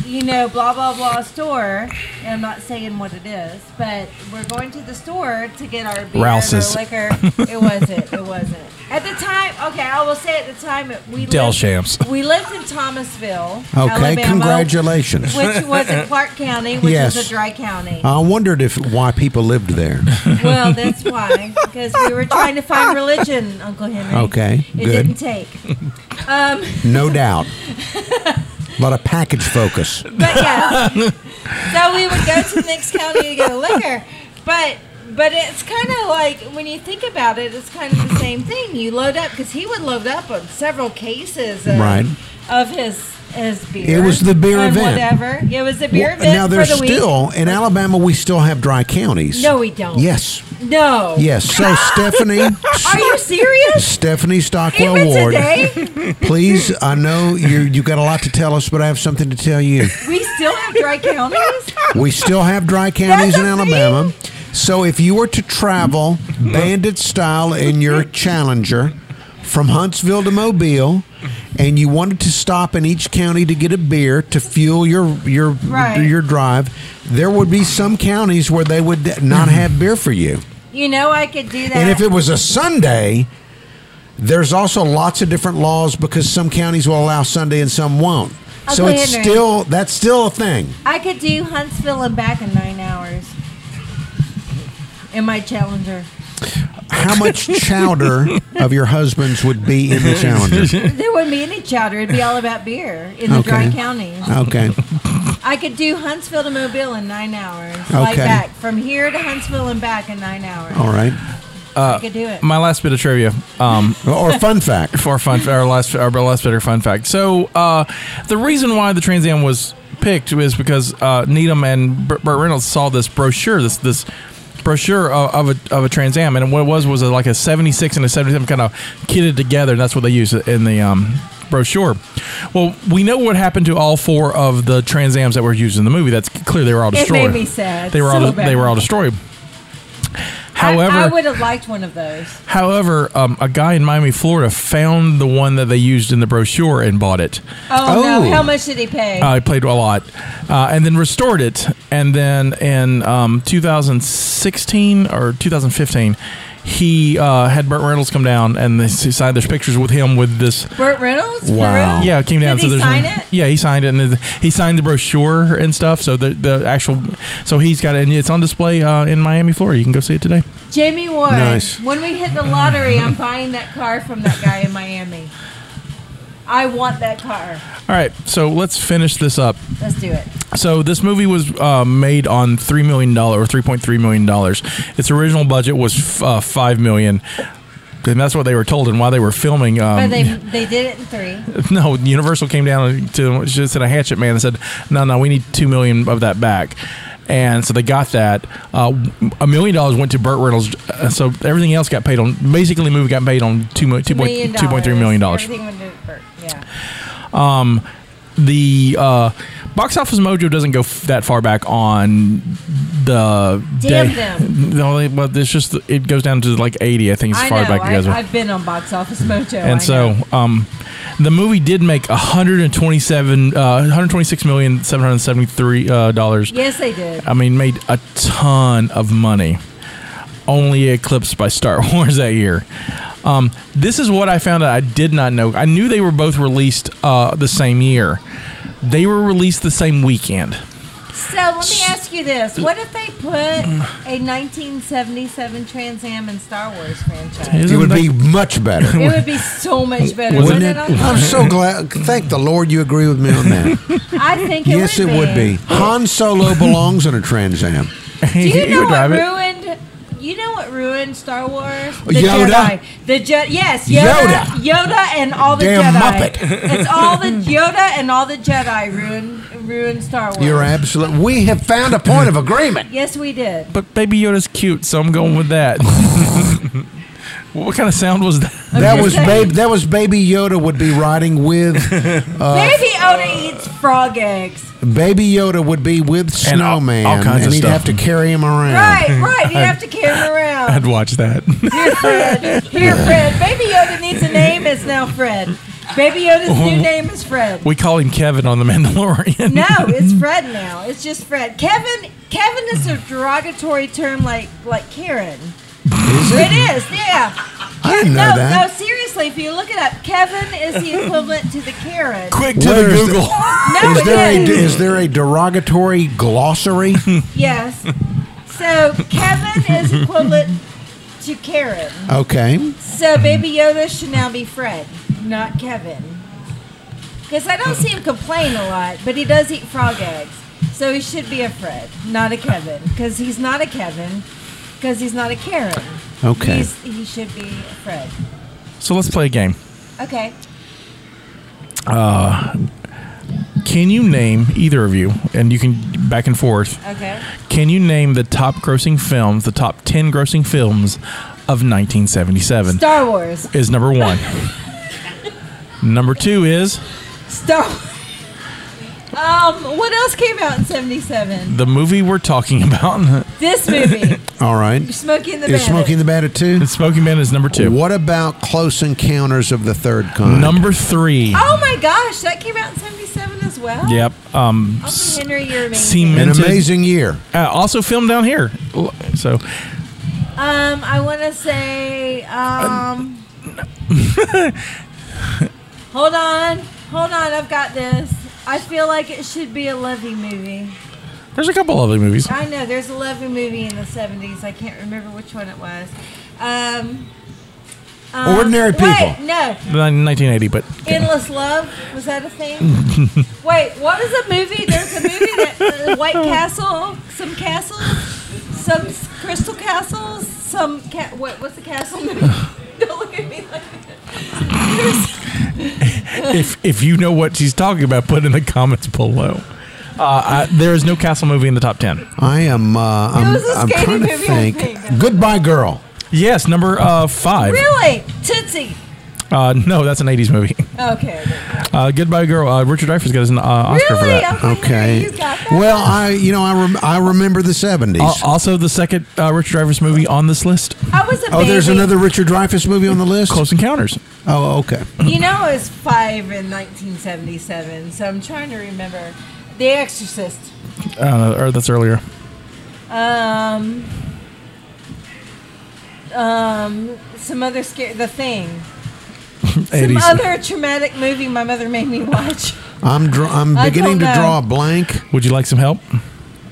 you know, blah blah blah store. And I'm not saying what it is, but we're going to the store to get our beer Rouse's. and our liquor. It wasn't. It wasn't. At the time, okay, I will say at the time it- we Del lived, Shamps. we lived in Thomasville, Okay, Alabama, congratulations. which was in Clark County, which Yes. is a dry county. I wondered if why people lived there. Well, that's why because we were trying to find religion, Uncle Henry. Okay, it good. didn't take. Um, No doubt. A lot of package focus. but [laughs] yeah. so we would go to the next county to get a liquor, but but it's kind of like when you think about it, it's kind of the same thing. You load up because he would load up on several cases of, Right. of his his beer. was the beer and event. Whatever. It was the beer Well, event now for there's the still in Alabama we still have dry counties. No, we don't. Yes. week. No. Yes. [laughs] So Stephanie Are you [laughs] serious? Stephanie Stockwell Even Ward. today, Please, I know you you got a lot to tell us, but I have something to tell you. we still have dry counties. We still have dry counties That's in a Alabama. So if you were to travel bandit style in your Challenger from Huntsville to Mobile and you wanted to stop in each county to get a beer to fuel your your Right. your drive, there would be some counties where they would not have beer for you. You know, I could do that. And if it was a Sunday, there's also lots of different laws because some counties will allow Sunday and some won't. So Okay, it's Henry. still that's still a thing. I could do Huntsville and back in nine hours. In my Challenger. how [laughs] much chowder of your husband's would be in the challenger? There wouldn't be any chowder. It'd be all about beer in the dry Okay. counties. Okay. I could do Huntsville to Mobile in nine hours. Like Okay. back. From here to Huntsville and back in nine hours. All right. I could do it. My last bit of trivia. Um, Or fun fact. for fun, our last, our last bit of fun fact. So, uh, the reason why the Trans Am was picked is because uh, Needham and Burt Burt Reynolds saw this brochure, this this brochure of, of a of a Trans Am, and what it was was a, like a '76 and a '77 kind of kitted together, and that's what they used in the um, brochure. Well, we know what happened to all four of the Trans Ams that were used in the movie. That's clear; they were all made destroyed. me sad They were so all bad. they were all destroyed. However, I, I would have liked one of those. However, um, a guy in Miami, Florida, found the one that they used in the brochure and bought it. Oh, Oh. no. How much did he pay? Uh, he played a lot, uh, and then restored it. And then in um, 2016 or 2015, he uh, had Burt Reynolds come down and they signed their pictures with him with this. Burt Reynolds? For Wow. real? Yeah, it came down. Did he there's sign an- it? Yeah, he signed it, and then he signed the brochure and stuff. So the the actual, so he's got it, and it's on display uh, in Miami, Florida. You can go see it today. Jamie Ward. Nice. When we hit the lottery, I'm buying that car from that guy in Miami. I want that car. All right, so let's finish this up. Let's do it. So this movie was uh, made on three million dollars or three point three million dollars. Its original budget was f- uh, five million, and that's what they were told. And while they were filming, But um, they they did it in three. [laughs] no, Universal came down to just said a hatchet man and said, "No, no, we need two million of that back." And so they got that. Uh, A million dollars went to Burt Reynolds, uh, so everything else got paid on. Basically, the movie got paid on two million, two Million point two point three million dollars. Everything went to Bert, Yeah. the uh, box office mojo doesn't go f- that far back on the Damn day. [laughs] them. No, they- but it's just it goes down to like eighty, I think, as I far know. back I, as I've been on Box Office Mojo. I And so, know. um, the movie did make one hundred and twenty-seven, uh, one hundred twenty-six million seven hundred seventy-three uh, dollars. yes, they did. I mean, made a ton of money, only eclipsed by Star [laughs] Wars that year. Um, this is what I found out I did not know. I knew they were both released uh, the same year, they were released the same weekend. So let me ask you this: What if they put a 1977 Trans Am in Star Wars franchise? It would be much better. It would be so much better, Wouldn't it? wouldn't, it? [laughs] I'm Uncle? so glad. Thank the Lord you agree with me on that. I think it [laughs] yes, it would be. would be. Han Solo belongs in a Trans Am. Do [laughs] you He know would what drive it. ruined? You know what ruined Star Wars? The Yoda. Jedi. The Je- yes, Yoda, Yoda, and all the Damn Jedi. [laughs] Muppet. It's all the Yoda and all the Jedi ruined ruined Star Wars. You're absolute. We have found a point of agreement. Yes, we did. But Baby Yoda's cute, so I'm going with that. what kind of sound was that? [laughs] That just was saying. babe. That was Baby Yoda would be riding [laughs] with Baby Yoda eats frog eggs. Baby Yoda would be with And all- all Snowman, kinds of and he'd stuff. have to carry him around. Right, right. You have to carry him around. watch that. Here, Fred. Here, Fred. Baby Yoda needs a name. It's now Fred. Baby Yoda's new name is Fred. [laughs] We call him Kevin on The Mandalorian. No, it's Fred now. It's just Fred. Kevin. Kevin is a derogatory term, like like Karen. It is. Yeah. I didn't know no, that. no. Seriously, if you look it up, Kevin is the equivalent to the Karen. Quick to Where the is the- Google. [laughs] No, Is it there a is. is there a derogatory [laughs] glossary? Yes. So Kevin is equivalent to Karen. Okay. So Baby Yoda should now be Fred, not Kevin. Because I don't see him complain a lot, but he does eat frog eggs. So he should be a Fred, not a Kevin. Because he's not a Kevin. Because he's not a Karen. Okay. He's, he should be a Fred. So let's play a game. Okay. Can you name either of you, and you can back and forth? Okay. Can you name the top grossing films, the top ten grossing films of Um, 1977? Star Wars. Is number [laughs] one. number two is Star. Um. What else came out in '77? the movie we're talking about. [laughs] This movie, All right. Smokey and the Is Bandit. Smoking the Bandit too? Smoking Man is number two. What about Close Encounters of the Third Kind? Number three. Oh my gosh, that came out in '77 as well. Yep. Um, Uncle Henry, you're amazing. Seaman. An Minted. amazing year. uh, also filmed down here. So Um, I want to say. [laughs] Um, hold on, hold on. I've got this. I feel like it should be a Levy movie. there's a couple other movies. I know there's a Levy movie in the '70s. I can't remember which one it was. Um, um, Ordinary Wait, People. no, 1980, but Endless Love was that a [laughs] thing? Wait, what was a movie? There's a movie that uh, White Castle, some castles, some s- crystal castles, some ca- what? What's the castle movie? [laughs] Don't look at me like that. if if you know what she's talking about, put it in the comments below. Uh, I, there is no castle movie in the top ten. I am. Uh, I'm, was a I'm skating trying to movie, I think. think. Goodbye, girl. Yes, number uh, five. There's- Really, Tootsie. Uh, no, that's an '80s movie. Okay. Uh, Goodbye Girl. Uh, Richard Dreyfuss got an uh, Oscar for Really? that. I'm like, Okay. You got that? Well, I you know I rem- I remember the seventies. Al- also, the second uh, Richard Dreyfuss movie on this list, I was a baby. oh, there's another Richard Dreyfuss movie on the list. Close Encounters. Oh, okay. You know, I was five in 1977, so I'm trying to remember. The Exorcist. Uh, or that's earlier. Um, um, some other scare the thing. Some 80s. other traumatic movie my mother made me watch. I'm dr- I'm I beginning to don't know. draw a blank. Would you like some help?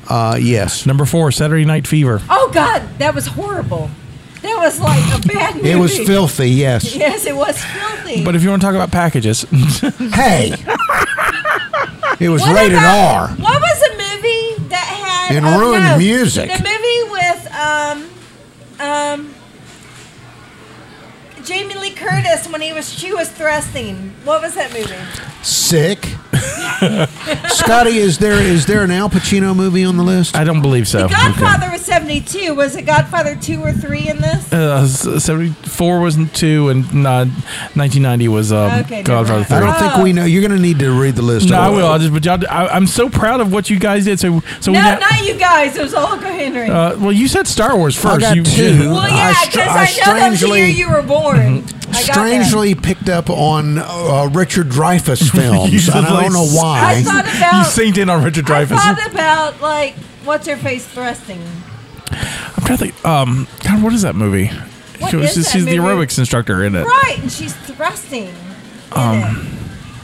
Uh, yes. Number four, Saturday Night Fever. Oh God, that was horrible. That was like a bad movie. It was filthy. Yes. Yes, it was filthy. But if you want to talk about packages, [laughs] Hey. It was What rated about- R. What was the movie that had And oh, ruined no, music. The movie with um um Jamie Lee Curtis when he was she was thrusting. What was that movie? Sick. [laughs] Scotty, is there is there an Al Pacino movie on the list? I don't believe so. Godfather was 72. Was it Godfather 2 or 3 in this? Uh, s- 74 was in two, and uh, 1990 was uh, Okay, never Godfather mind. I 3. don't think Oh. we know. You're going to need to read the list. No, I will. I just, but y'all, I, I'm so proud of what you guys did. So, so No, we got, not you guys. It was Olga Henry. uh, well, you said Star Wars first. [laughs] got you, two. well, I yeah, str- because I I, know that the year strangely- you were born. Mm-hmm. I got that. strangely picked up on uh, [laughs] Richard Dreyfuss films, just and I like don't know I why. [laughs] thought you about synced in on Richard I Dreyfuss. I'm thought about like what's her face thrusting. trying to think. Um, God, what is that movie? What It was is just- that she's the movie? aerobics instructor in it. Right, and she's thrusting. in it.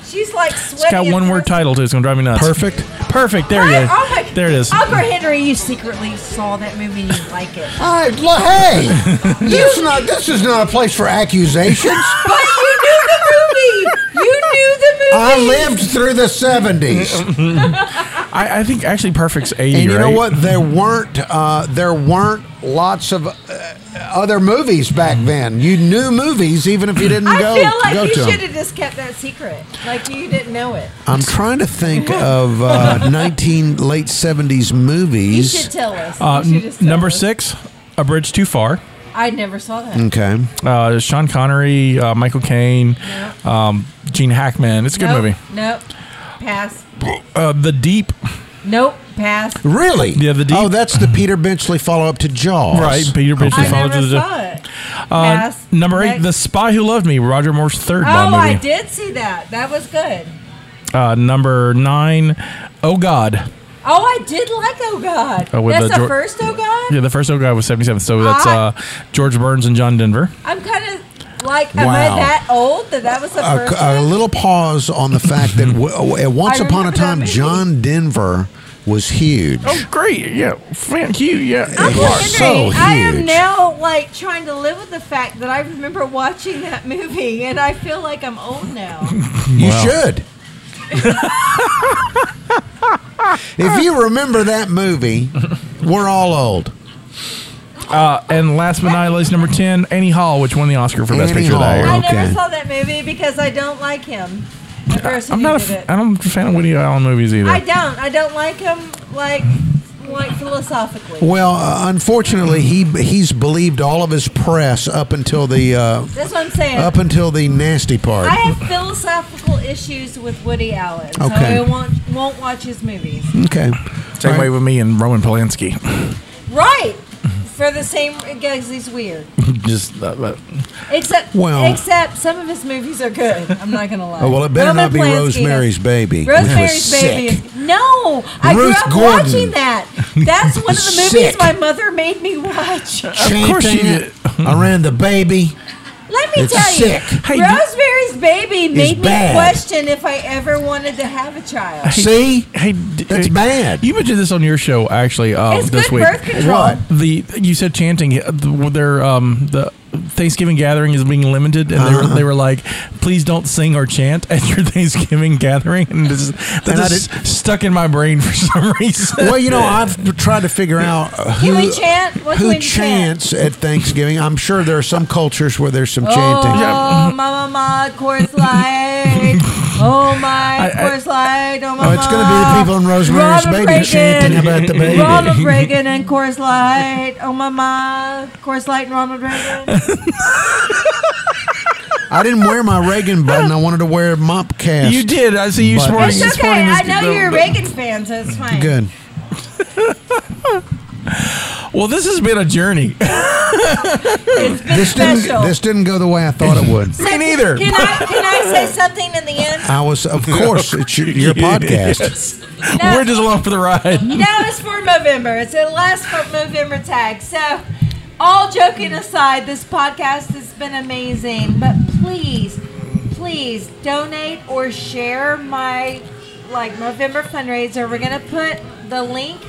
she's like sweating. It's Um, got one word thrusting. title too. It's gonna drive me nuts. Perfect. Perfect. There you Right? Oh go. my- There it is. Uncle Henry, you secretly saw that movie and you like it. [laughs] I, hey, this, not, this is not a place for accusations. But you knew the movie. You knew the [laughs] movie. I lived through the 70s. I, I think actually Perfect's 80. E, And you know right? what? There weren't uh, there weren't lots of uh, other movies back then. You knew movies even if you didn't Mm-hmm. I go, feel like go you to should 'em. have just kept that secret, like you didn't know it. I'm trying [laughs] to think of uh, 19 late 70s You movies. should tell us. Uh, You should just n- tell number us. six, A Bridge Too Far. I never saw that. Okay. Uh, Sean Connery, uh, Michael Caine, um, Gene Hackman. It's a good nope, movie. Nope. Pass. Uh, the Deep. Nope. Pass. Really? Yeah, the deep- Oh, that's the Peter Benchley follow up to Jaws. Right. Peter Benchley I follows never the. saw it. Uh, Pass. number eight, Next. The Spy Who Loved Me, Roger Moore's third Oh, Bond movie. I did see that. That was good. Uh, number nine, Oh God. Oh, I did like Oh God. Oh, with That's the the, Jor- first Oh God. Yeah, the first Oh God was 77. So that's Ah. uh, George Burns and John Denver. I'm kind of like, am I Wow. that old that that was the a, first? a one? little pause on the [laughs] fact that w- w- once I upon remember a that time movie. John Denver was huge. Oh, great. Yeah. Thank you. Yeah. I'm You are wondering. so I am huge. now like trying to live with the fact that I remember watching that movie, and I feel like I'm old [laughs] now. You should. if you remember that movie, we're all old. And last but not least, number 10, Annie Hall, which won the Oscar for Best Annie Picture that Hall. year. I Okay. never saw that movie because I don't like him. The person I'm who not a, did f- it. I don't fan of Woody Allen movies either. I don't. I don't like him. Like, like philosophically. Well, uh, unfortunately, he he's believed all of his press up until the uh, That's what I'm saying. up until the nasty part. I have philosophical issues with Woody Allen, so Okay. I won't won't watch his movies. Okay. Same way with me and Roman Polanski. [laughs] Right. For the same, because he's weird. Just uh, uh, Except, Well- except some of his movies are good. I'm not gonna lie. Oh, well, it better Roman not be Polanski has- Rosemary's Baby. which was Rosemary's Baby. sick. Is, no, I grew Ruth up Gordon. watching that. [laughs] That's one of the movies Sick. my mother made me watch. Of course Chanting you it around the baby. Let me It's tell sick. you, Hey, Rosemary's Baby made me bad. question if I ever wanted to have a child. See? hey, d- That's bad. You mentioned this on your show actually uh, it's this good week. birth control. What? The you said chanting uh, the- their um the Thanksgiving gathering is being limited, and they were, they were like, "Please don't sing or chant at your [laughs] Thanksgiving gathering." And this is, And I that is stuck in my brain for [laughs] some reason. Well, you know, I've tried to figure out uh, who, Can we chant? What can who we chant? chants at Thanksgiving. I'm sure there are some cultures where there's some chanting. Oh, mama, ma, course light. Oh [laughs] my, I- course light. Oh, Oh, mama. it's going to be the people in Rosemary's Ronald Baby chanting Reagan. about the baby. [laughs] Ronald Reagan and course light. Oh mama, course light and Ronald [laughs] Reagan. I didn't wear my Reagan button. I wanted to wear a mop cast. You did. I see you But- smarting It's It's this okay. morning. I This- know the- you're a the- Reagan fan, so it's fine. Good. Well, this has been a journey. [laughs] It's been This didn't, special. this didn't go the way I thought it would. Me neither. can I can I say something in the end? [laughs] I was, of course, it's [laughs] your, your podcast. Yes. We're just along for the ride. Now it's for Movember. It's the last for Movember tag. So, all joking aside, this podcast has been amazing. But please, please donate or share my like Movember fundraiser. We're gonna put the link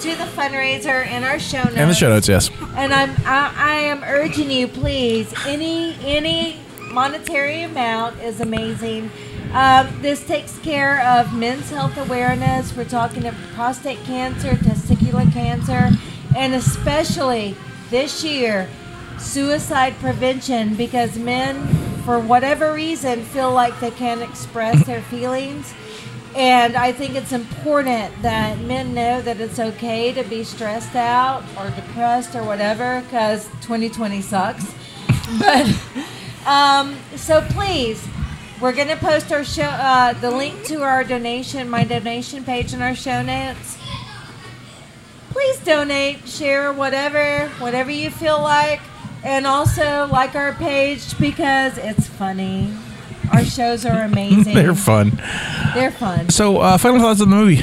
to the fundraiser in our show notes. And the show notes, yes. And I'm I, I am urging you, please, any any monetary amount is amazing. Um, this takes care of men's health awareness. We're talking of prostate cancer, testicular cancer, and especially this year, suicide prevention because men, for whatever reason, feel like they can't express their feelings. And I think it's important that men know that it's okay to be stressed out or depressed or whatever because 2020 sucks. [laughs] But um, so please, we're going to post our show, uh, the link to our donation, my donation page in our show notes. Please donate, share, whatever, whatever you feel like. And also like our page because it's funny. Our shows are amazing. [laughs] They're fun. They're fun. So, uh, final thoughts on the movie.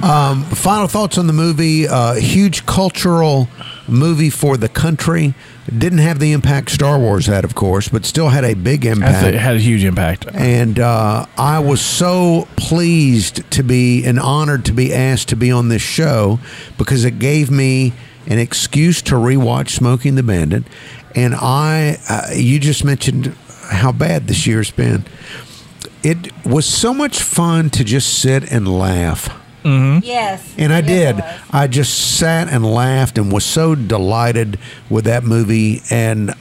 Final thoughts on the movie. Uh, huge cultural movie for the country. Didn't have the impact Star Wars had, of course, but still had a big I think impact. it had a huge impact. and uh, I was so pleased to be and honored to be asked to be on this show because it gave me an excuse to rewatch Smoking the Bandit. And I, uh, you just mentioned how bad this year's been. It was so much fun to just sit and laugh. Yes. And I Yes, it did. was. I just sat and laughed and was so delighted with that movie. And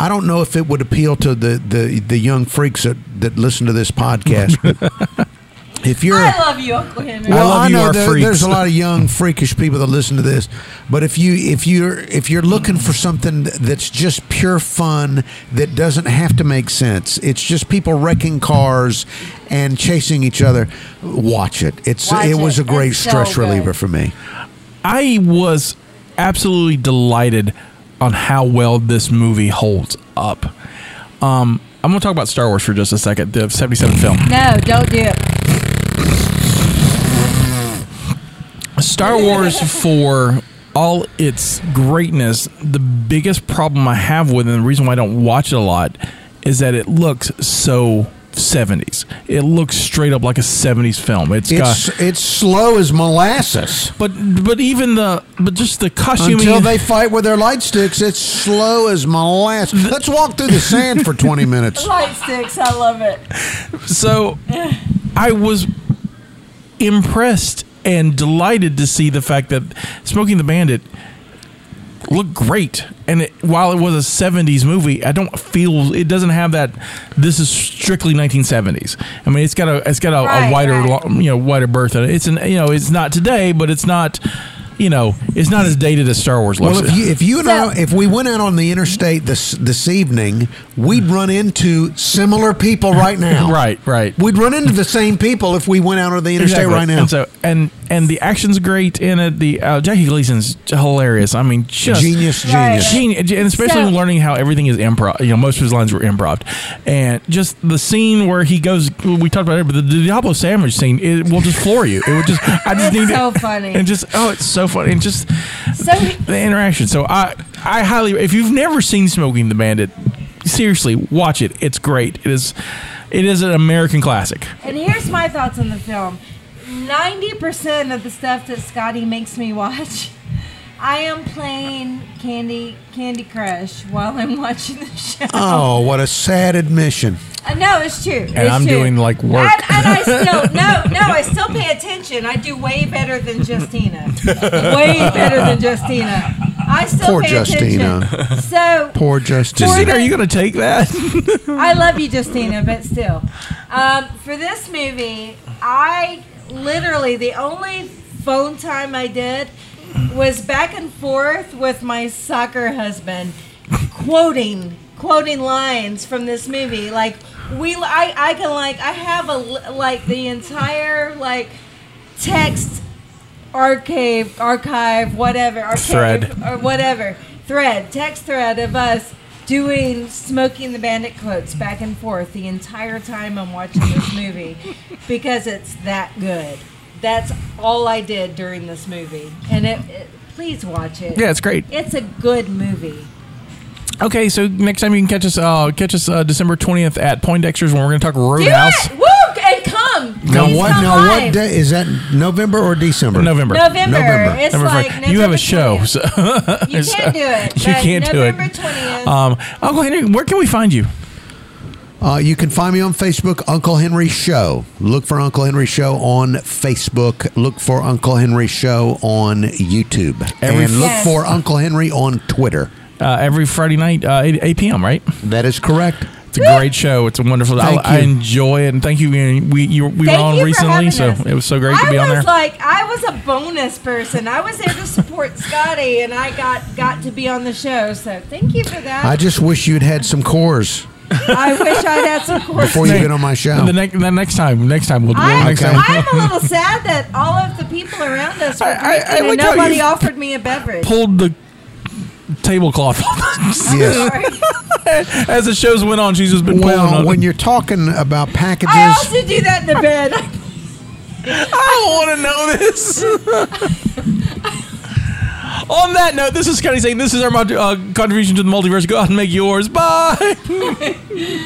I don't know if it would appeal to the, the, the young freaks that, that listen to this podcast. But [laughs] if you're. I love you, Uncle Henry. Well- love you, know our there- freaks. there's a lot of young freakish people that listen to this, but if you if you're if you're looking for something that's just pure fun that doesn't have to make sense, it's just people wrecking cars and chasing each other. Watch it. It's Watch it was it. a great It's so stress good. reliever for me. I was absolutely delighted on how well this movie holds up. Um, I'm going to talk about Star Wars for just a second, the 77 film. No, don't do it. Star Wars for all its greatness, the biggest problem I have with it, and the reason why I don't watch it a lot, is that it looks so 70s. It looks straight up like a 70s film. It's It's got it's slow as molasses. but but even the but just the costuming Until they fight with their light sticks, it's slow as molasses. Let's walk through the sand for 20 [laughs] minutes. Light sticks, I love it. so I was impressed and delighted to see the fact that Smoking the Bandit looked great. And it, while it was a 70s movie, I don't feel it doesn't have that this is strictly 1970s. I mean, it's got a it's got a, Right, a wider right. lo- you know, wider berth in it. It's an you know, it's not today, but it's not you know, it's not as dated as Star Wars looks. Well, if you, if you and So- I, if we went out on the interstate this this evening, we'd run into similar [laughs] people right [laughs] now. Right, right. We'd run into the same people if we went out on the interstate Exactly. right now. And so and and the action's great in it. The uh, Jackie Gleason's hilarious. I mean, just genius, Right. genius. Genius, and especially So- learning how everything is improv. You know, most of his lines were improv, and just the scene where he goes. We talked about it, but the Diablo sandwich scene it will just floor you. It would just. I just It's need so it. funny. and just oh, it's so funny, and just So he- the interaction. So I, I highly. If you've never seen Smoking the Bandit, seriously watch it. It's great. It is, it is an American classic. And here's my thoughts on the film. 90% of the stuff that Scotty makes me watch, I am playing Candy Candy Crush while I'm watching the show. Oh, what a sad admission. Uh, no, it's true. And I'm doing, like, work. And, and I still no, no, I still pay attention. I do way better than Justina. way better than Justina. I still Poor pay Justina. attention. So Poor Justin. Justina, are you going to take that? I love you, Justina, but still. Um, for this movie, I literally, the only phone time I did was back and forth with my soccer husband, quoting quoting lines from this movie. Like, we, I, I can, like, I have a, l- like, the entire, like, text archive, archive, whatever, archive, Thread. or whatever thread, text thread of us doing smoking the bandit quotes back and forth the entire time I'm watching this movie because it's that good. That's all I did during this movie, and it, it please watch it. Yeah, it's great. It's a good movie. Okay, so next time you can catch us, uh, catch us uh, December twentieth at Poindexter's when we're going to talk Do Roadhouse. it! Woo! And come. Now Please what? come Now live. what day is that? November or December? November. November. November. It's November like first. November you have a show. 20th. So You can't do [laughs] it. You but can't do it. November twentieth. um, Uncle Henry, where can we find you? Uh, you can find me on Facebook, Uncle Henry Show. Look for Uncle Henry Show on Facebook. Look for Uncle Henry Show on YouTube. Every- and look Yes. for Uncle Henry on Twitter. Uh, every Friday night, uh, 8, 8 p.m. Right? That is correct. It's a great show. It's a wonderful. I, Thank I you. enjoy it, and thank you. We we, you, we were Thank on you for recently, having so us. it was so great to I be on was there. like, I was a bonus person. I was there to [laughs] support Scotty, and I got got to be on the show. So thank you for that. I just wish you'd had some cores I wish I'd had some course. before you get on my show. the next the next time, next time we'll. I, we'll next Okay. time. I'm a little sad that all of the people around us were I- I- I drinking and like how nobody you- offered me a beverage. Pulled the tablecloth off. [laughs] Yes. Sorry. as the shows went on. She's just been pulling. Well, on- when you're talking about packages, I also do that in the bed. [laughs] I don't want to know this. [laughs] On that note, this is Scotty saying this is our mod- uh, contribution to the multiverse. Go out and make yours. Bye.